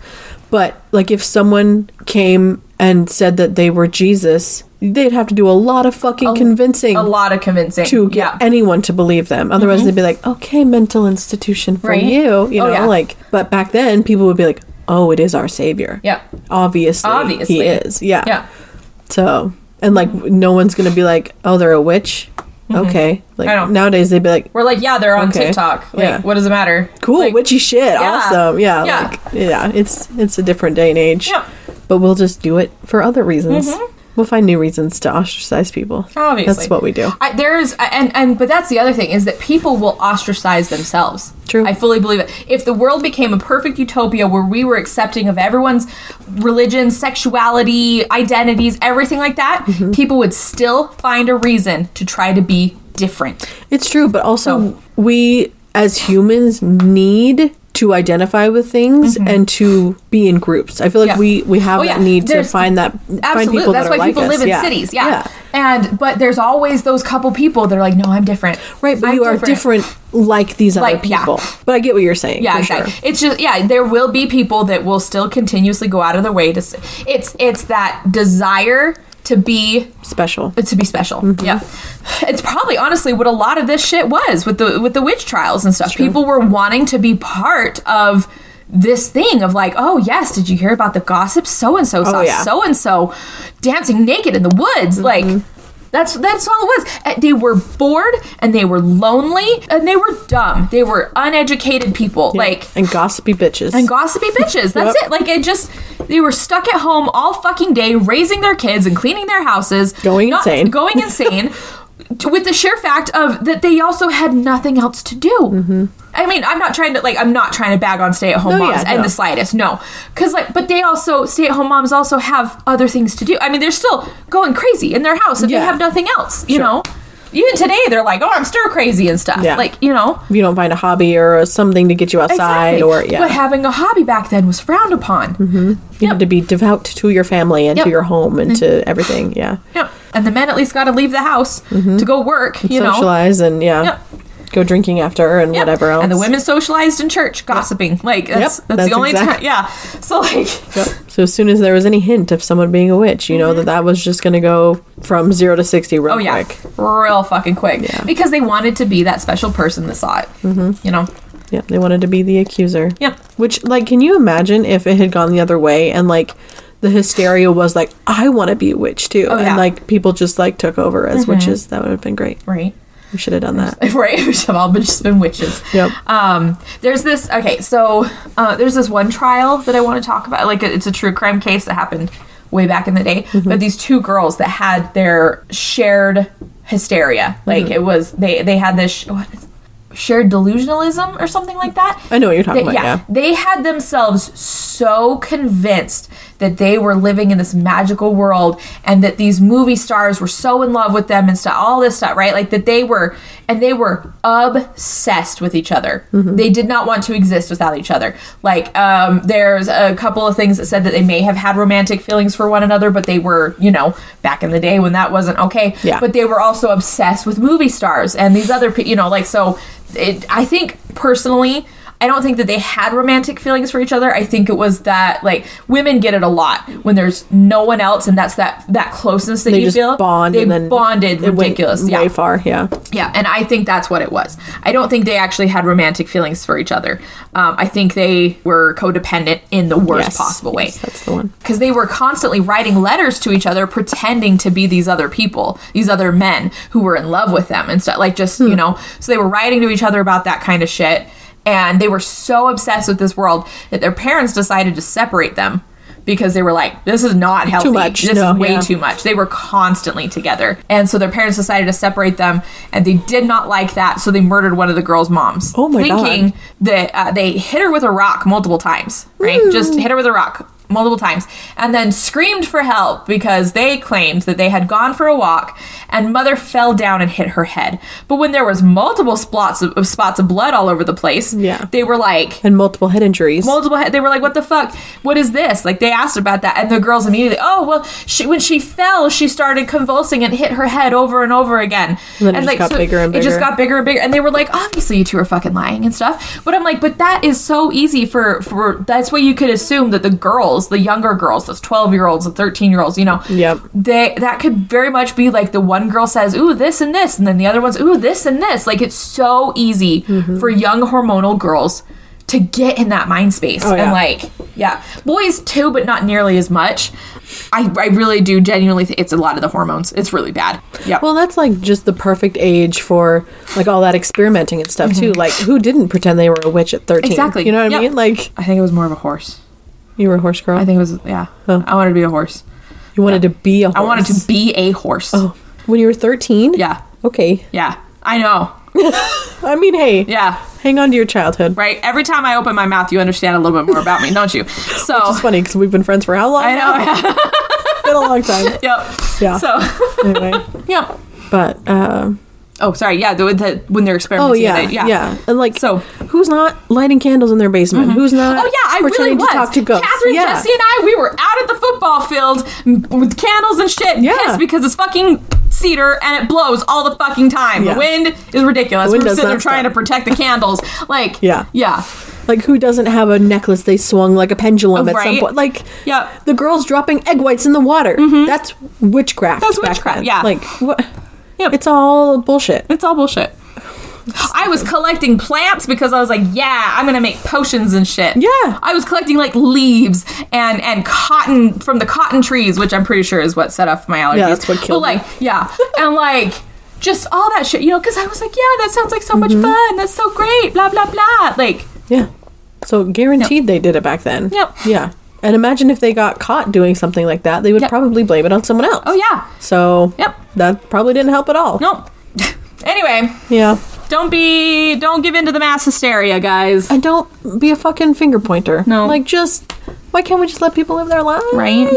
Speaker 1: but like if someone came and said that they were Jesus, they'd have to do a lot of fucking convincing
Speaker 3: a lot of convincing
Speaker 1: to get
Speaker 3: yeah. Mm-hmm.
Speaker 1: anyone to believe them. Otherwise, they'd be like, "Okay, mental institution for
Speaker 3: Right.
Speaker 1: you," you
Speaker 3: Oh,
Speaker 1: know,
Speaker 3: yeah.
Speaker 1: like. But back then, people would be like, "Oh, it is our savior."
Speaker 3: Yeah.
Speaker 1: obviously,
Speaker 3: Obviously.
Speaker 1: he is. Yeah,
Speaker 3: yeah.
Speaker 1: so, and like, no one's gonna be like, oh, they're a witch. Okay.
Speaker 3: Mm-hmm. I
Speaker 1: Like
Speaker 3: don't-
Speaker 1: nowadays, they'd be like,
Speaker 3: We're like, yeah, they're on
Speaker 1: Okay.
Speaker 3: TikTok. Like,
Speaker 1: Yeah.
Speaker 3: what does it matter?
Speaker 1: cool,
Speaker 3: Like,
Speaker 1: witchy shit,
Speaker 3: Yeah.
Speaker 1: awesome. Yeah.
Speaker 3: Yeah.
Speaker 1: Like, yeah. It's it's a different day and age.
Speaker 3: Yeah. Mm-hmm.
Speaker 1: But we'll just do it for other reasons. We'll find new reasons to ostracize people.
Speaker 3: Obviously,
Speaker 1: that's what we do.
Speaker 3: I, there is, and and but that's the other thing is that people will ostracize themselves.
Speaker 1: True.
Speaker 3: I fully believe it. If the world became a perfect utopia where we were accepting of everyone's religion, sexuality, identities, everything like that,
Speaker 1: Mm-hmm.
Speaker 3: people would still find a reason to try to be different.
Speaker 1: It's true, but also
Speaker 3: So-
Speaker 1: we as humans need to identify with things and to be in groups. I feel like
Speaker 3: Mm-hmm. Yeah.
Speaker 1: we we have
Speaker 3: Oh,
Speaker 1: that
Speaker 3: yeah.
Speaker 1: need
Speaker 3: There's-
Speaker 1: to find that find
Speaker 3: Absolutely.
Speaker 1: people that
Speaker 3: That's
Speaker 1: are
Speaker 3: why
Speaker 1: like
Speaker 3: people
Speaker 1: us.
Speaker 3: live in
Speaker 1: Yeah.
Speaker 3: cities. Yeah. And but there's always those couple people that are like, no, I'm different.
Speaker 1: Right, but
Speaker 3: I'm
Speaker 1: you are different like these other
Speaker 3: Like, yeah.
Speaker 1: people. But I get what you're saying.
Speaker 3: Yeah,
Speaker 1: for
Speaker 3: exactly.
Speaker 1: Sure.
Speaker 3: It's just yeah, there will be people that will still continuously go out of their way to. s- It's it's that desire to be
Speaker 1: Special.
Speaker 3: to be special.
Speaker 1: Mm-hmm.
Speaker 3: Yeah, it's probably honestly what a lot of this shit was with the with the witch trials and stuff. People were wanting to be part of this thing of like, oh yes, did you hear about the gossip? So and so saw
Speaker 1: Oh, yeah. Mm-hmm.
Speaker 3: so and so dancing naked in the woods, like. That's that's all it was. Uh, They were bored and they were lonely and they were dumb. They were uneducated people. Like
Speaker 1: and gossipy bitches.
Speaker 3: and gossipy bitches. That's
Speaker 1: Yep.
Speaker 3: it. Like it just they were stuck at home all fucking day raising their kids and cleaning their houses,
Speaker 1: Going insane.
Speaker 3: going insane. t- with the sheer fact of that they also had nothing else to do. I mean, I'm not trying to like I'm not trying to bag on stay at home
Speaker 1: Mm-hmm. No,
Speaker 3: moms
Speaker 1: yeah,
Speaker 3: and
Speaker 1: no.
Speaker 3: the slightest. No. Cuz like but they also stay at home moms also have other things to do. I mean, they're still going crazy in their house if
Speaker 1: Yeah.
Speaker 3: they have nothing else, you
Speaker 1: Sure.
Speaker 3: know. Even today they're like, "Oh, I'm stir crazy and stuff."
Speaker 1: Yeah.
Speaker 3: Like, you know.
Speaker 1: if you don't find a hobby or something to get you outside,
Speaker 3: Exactly.
Speaker 1: or yeah, Mm-hmm.
Speaker 3: But having a hobby back then was frowned upon.
Speaker 1: you have to be devout to your family and
Speaker 3: Yep. Mm-hmm.
Speaker 1: to your home and to everything. Yeah,
Speaker 3: Yeah. And the men at least got to leave the house to go work, you know.
Speaker 1: socialize Mm-hmm. and yeah,
Speaker 3: Yep.
Speaker 1: go drinking after and
Speaker 3: Yep.
Speaker 1: whatever else.
Speaker 3: And the women socialized in church, gossiping. Like that's,
Speaker 1: Yep,
Speaker 3: that's,
Speaker 1: that's
Speaker 3: the only
Speaker 1: exact-
Speaker 3: time. Yeah. So like,
Speaker 1: Yep. So as soon as there was any hint of someone being a witch, you know that that was just going to go from zero to sixty real
Speaker 3: Mm-hmm. oh yeah,
Speaker 1: quick.
Speaker 3: real fucking quick. Because they wanted to be that special person that saw it.
Speaker 1: Mm-hmm.
Speaker 3: You know.
Speaker 1: Yeah, they wanted to be the accuser.
Speaker 3: Yeah.
Speaker 1: Which, like, can you imagine if it had gone the other way and, like, the hysteria was like, I want to be a witch too.
Speaker 3: Oh, yeah. Mm-hmm.
Speaker 1: And, like, people just, like, took over as witches? That would have been great.
Speaker 3: Right.
Speaker 1: We should have done that.
Speaker 3: right? We should have all been just been witches.
Speaker 1: Yep.
Speaker 3: Um, there's this. Okay, so uh, there's this one trial that I want to talk about. Like it's a true crime case that happened way back in the day.
Speaker 1: Mm-hmm.
Speaker 3: But these two girls that had their shared hysteria.
Speaker 1: Mm-hmm.
Speaker 3: Like it was they they had this. Sh- what is Shared delusionalism or something like that.
Speaker 1: I know what you're talking
Speaker 3: They-
Speaker 1: about, yeah.
Speaker 3: they had themselves so convinced that they were living in this magical world and that these movie stars were so in love with them and stuff all this stuff right like that they were and they were obsessed with each other they did not want to exist without each other like um, there's a couple of things that said that they may have had romantic feelings for one another but they were you know back in the day when that wasn't okay
Speaker 1: Yeah.
Speaker 3: but they were also obsessed with movie stars and these other pe- you know like so it, i think personally I don't think that they had romantic feelings for each other. I think it was that like women get it a lot when there's no one else, and that's that that closeness that
Speaker 1: They
Speaker 3: you
Speaker 1: just
Speaker 3: feel.
Speaker 1: bond
Speaker 3: they
Speaker 1: and then it
Speaker 3: bonded
Speaker 1: went
Speaker 3: ridiculous.
Speaker 1: way
Speaker 3: yeah.
Speaker 1: far. Yeah,
Speaker 3: Yeah, and I think that's what it was. I don't think they actually had romantic feelings for each other. Um, I think they were codependent in the worst
Speaker 1: Yes,
Speaker 3: possible way.
Speaker 1: yes, that's the one.
Speaker 3: Because they were constantly writing letters to each other, pretending to be these other people, these other men who were in love with them and stuff. Like, just,
Speaker 1: Hmm.
Speaker 3: you know, so they were writing to each other about that kind of shit. And they were so obsessed with this world that their parents decided to separate them because they were like, this is not healthy.
Speaker 1: much,
Speaker 3: This
Speaker 1: no,
Speaker 3: is way
Speaker 1: yeah.
Speaker 3: too much. They were constantly together. And so their parents decided to separate them, and they did not like that, so they murdered one of the girl's moms.
Speaker 1: Oh my God.
Speaker 3: thinking that uh, they hit her with a rock multiple times, right? Just hit her with a rock multiple times, and then screamed for help because they claimed that they had gone for a walk, and mother fell down and hit her head. But when there was multiple spots of, spots of blood all over the place,
Speaker 1: Yeah.
Speaker 3: they were like,
Speaker 1: and multiple head injuries.
Speaker 3: multiple head. They were like, "What the fuck? What is this?" Like they asked about that, and the girls immediately, "Oh well, she when she fell, she started convulsing and hit her head over and over again."
Speaker 1: And then it just got bigger and
Speaker 3: It just
Speaker 1: bigger.
Speaker 3: got bigger and bigger, and they were like, "Obviously, you two are fucking lying and stuff." But I'm like, "But that is so easy for for that's what you could assume that the girls, the younger girls, those 12 year olds, the 13 year olds, you know,
Speaker 1: Yep.
Speaker 3: they that could very much be like the one girl says, "Ooh, this and this," and then the other one's, "Ooh, this and this." Like it's so easy
Speaker 1: Mm-hmm.
Speaker 3: for young hormonal girls to get in that mind space
Speaker 1: Oh,
Speaker 3: and
Speaker 1: yeah.
Speaker 3: like, yeah, boys too, but not nearly as much. I I really do genuinely think it's a lot of the hormones. It's really bad. Yeah.
Speaker 1: Well, that's like just the perfect age for like all that experimenting and stuff too. Like, who didn't pretend they were a witch at thirteen?
Speaker 3: Mm-hmm. Exactly.
Speaker 1: You know what
Speaker 3: Yep.
Speaker 1: I mean? Like,
Speaker 3: I think it was more of a horse.
Speaker 1: you were a horse girl.
Speaker 3: I think it was yeah.
Speaker 1: Oh.
Speaker 3: I wanted to be a horse.
Speaker 1: you wanted to be a horse.
Speaker 3: I wanted to be a horse.
Speaker 1: Oh, when you were thirteen?
Speaker 3: Yeah.
Speaker 1: Okay.
Speaker 3: Yeah. I know.
Speaker 1: I mean, hey,
Speaker 3: Yeah.
Speaker 1: hang on to your childhood.
Speaker 3: Right. Every time I open my mouth, you understand a little bit more about me, don't you? So
Speaker 1: It's funny because we've been friends for how long?
Speaker 3: I know.
Speaker 1: now?
Speaker 3: Yeah.
Speaker 1: It's been a long time.
Speaker 3: Yep.
Speaker 1: Yeah.
Speaker 3: So,
Speaker 1: anyway,
Speaker 3: yeah.
Speaker 1: but um,
Speaker 3: Oh, sorry. Yeah, the, the when they're experimenting.
Speaker 1: oh yeah,
Speaker 3: with it,
Speaker 1: yeah, and like,
Speaker 3: So-
Speaker 1: so who's not lighting candles in their basement? Who's not?
Speaker 3: Oh yeah, I really
Speaker 1: pretending
Speaker 3: was.
Speaker 1: to talk to ghosts.
Speaker 3: Catherine,
Speaker 1: yeah.
Speaker 3: Jesse, and I, we were out at the football field m- with candles and shit,
Speaker 1: Yeah.
Speaker 3: pissed because it's fucking cedar and it blows all the fucking time.
Speaker 1: Yeah.
Speaker 3: The wind is ridiculous.
Speaker 1: The wind
Speaker 3: we were
Speaker 1: does
Speaker 3: sitting there
Speaker 1: not
Speaker 3: trying
Speaker 1: stop.
Speaker 3: to protect the candles. Like,
Speaker 1: Yeah.
Speaker 3: yeah,
Speaker 1: Like who doesn't have a necklace they swung like a pendulum at
Speaker 3: Right.
Speaker 1: some point? Like
Speaker 3: Yep.
Speaker 1: the girls dropping egg whites in the water. That's witchcraft.
Speaker 3: Mm-hmm. That's
Speaker 1: back
Speaker 3: witchcraft,
Speaker 1: then.
Speaker 3: yeah.
Speaker 1: Like what?
Speaker 3: Yep.
Speaker 1: It's all bullshit.
Speaker 3: it's all bullshit. I was collecting plants because I was like, yeah, I'm gonna make potions and shit.
Speaker 1: Yeah.
Speaker 3: I was collecting like leaves and and cotton from the cotton trees, which I'm pretty sure is what set off my allergies.
Speaker 1: Yeah, that's what killed
Speaker 3: But
Speaker 1: me.
Speaker 3: like, yeah, and like just all that shit, you know, because I was like, yeah, that sounds like so much
Speaker 1: Mm-hmm.
Speaker 3: fun. That's so great. Blah blah blah. Like,
Speaker 1: Yeah. So guaranteed they did it back then.
Speaker 3: Yep.
Speaker 1: Yeah. And imagine if they got caught doing something like that, they would
Speaker 3: Yep.
Speaker 1: probably blame it on someone else.
Speaker 3: oh yeah,
Speaker 1: So
Speaker 3: Yep.
Speaker 1: that probably didn't help at all.
Speaker 3: no. anyway,
Speaker 1: Yeah.
Speaker 3: don't be, don't give in to the mass hysteria, guys.
Speaker 1: And don't be a fucking finger pointer.
Speaker 3: No.
Speaker 1: Like just why can't we just let people live their lives?
Speaker 3: Right.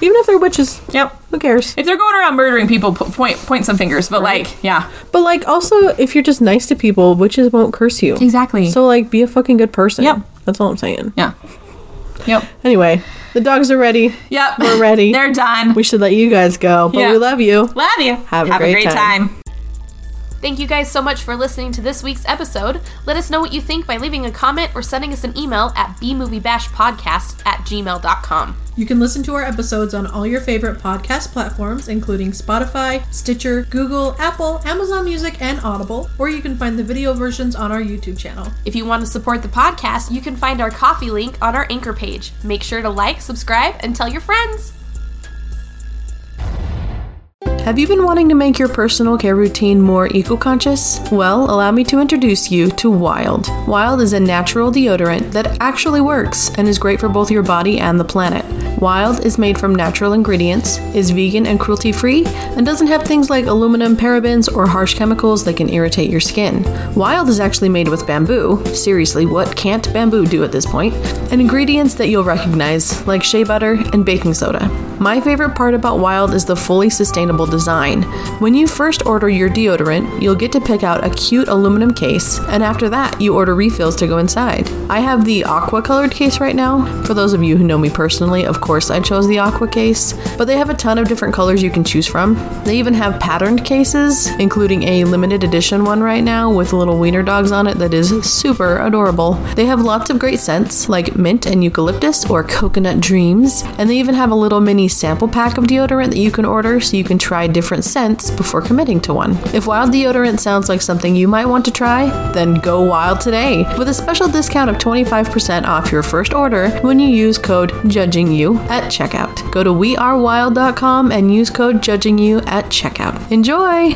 Speaker 1: Even if they're witches.
Speaker 3: Yep.
Speaker 1: Who cares?
Speaker 3: If they're going around murdering people, po- point point some fingers. But like, yeah,
Speaker 1: But like, also, if you're just nice to people, witches won't curse you.
Speaker 3: Exactly.
Speaker 1: So like, be a fucking good person.
Speaker 3: Yep.
Speaker 1: That's all I'm saying.
Speaker 3: yeah, yep.
Speaker 1: Anyway, the dogs are ready.
Speaker 3: Yep.
Speaker 1: We're ready.
Speaker 3: They're done.
Speaker 1: We should let you guys go, but
Speaker 3: Yeah.
Speaker 1: we love you.
Speaker 3: Love you.
Speaker 1: Have a great time.
Speaker 2: Thank you guys so much for listening to this week's episode. Let us know what you think by leaving a comment or sending us an email at bmoviebashpodcast at gmail.com.
Speaker 4: You can listen to our episodes on all your favorite podcast platforms, including Spotify, Stitcher, Google, Apple, Amazon Music, and Audible, or you can find the video versions on our YouTube channel.
Speaker 2: If you want to support the podcast, you can find our coffee link on our anchor page. Make sure to like, subscribe, and tell your friends.
Speaker 5: Have you been wanting to make your personal care routine more eco conscious? Well, allow me to introduce you to Wild. Wild is a natural deodorant that actually works and is great for both your body and the planet. Wild is made from natural ingredients, is vegan and cruelty free, and doesn't have things like aluminum, parabens, or harsh chemicals that can irritate your skin. Wild is actually made with bamboo. Seriously, what can't bamboo do at this point? And ingredients that you'll recognize, like shea butter and baking soda. My favorite part about Wild is the fully sustainable design. When you first order your deodorant, you'll get to pick out a cute aluminum case, and after that, you order refills to go inside. I have the aqua colored case right now. For those of you who know me personally, of
Speaker 1: course, I chose the aqua case, but they have a ton of different colors you can choose from. They even have patterned cases, including a limited edition one right now with little wiener dogs on it that is super adorable. They have lots of great scents like mint and eucalyptus or coconut dreams, and they even have a little mini sample pack of deodorant that you can order so you can try different scents before committing to one. If wild deodorant sounds like something you might want to try, then go wild today with a special discount of 25% off your first order when you use code JUDGINGYOU at checkout. Go to wearewild.com and use code JUDGINGYOU at checkout. Enjoy!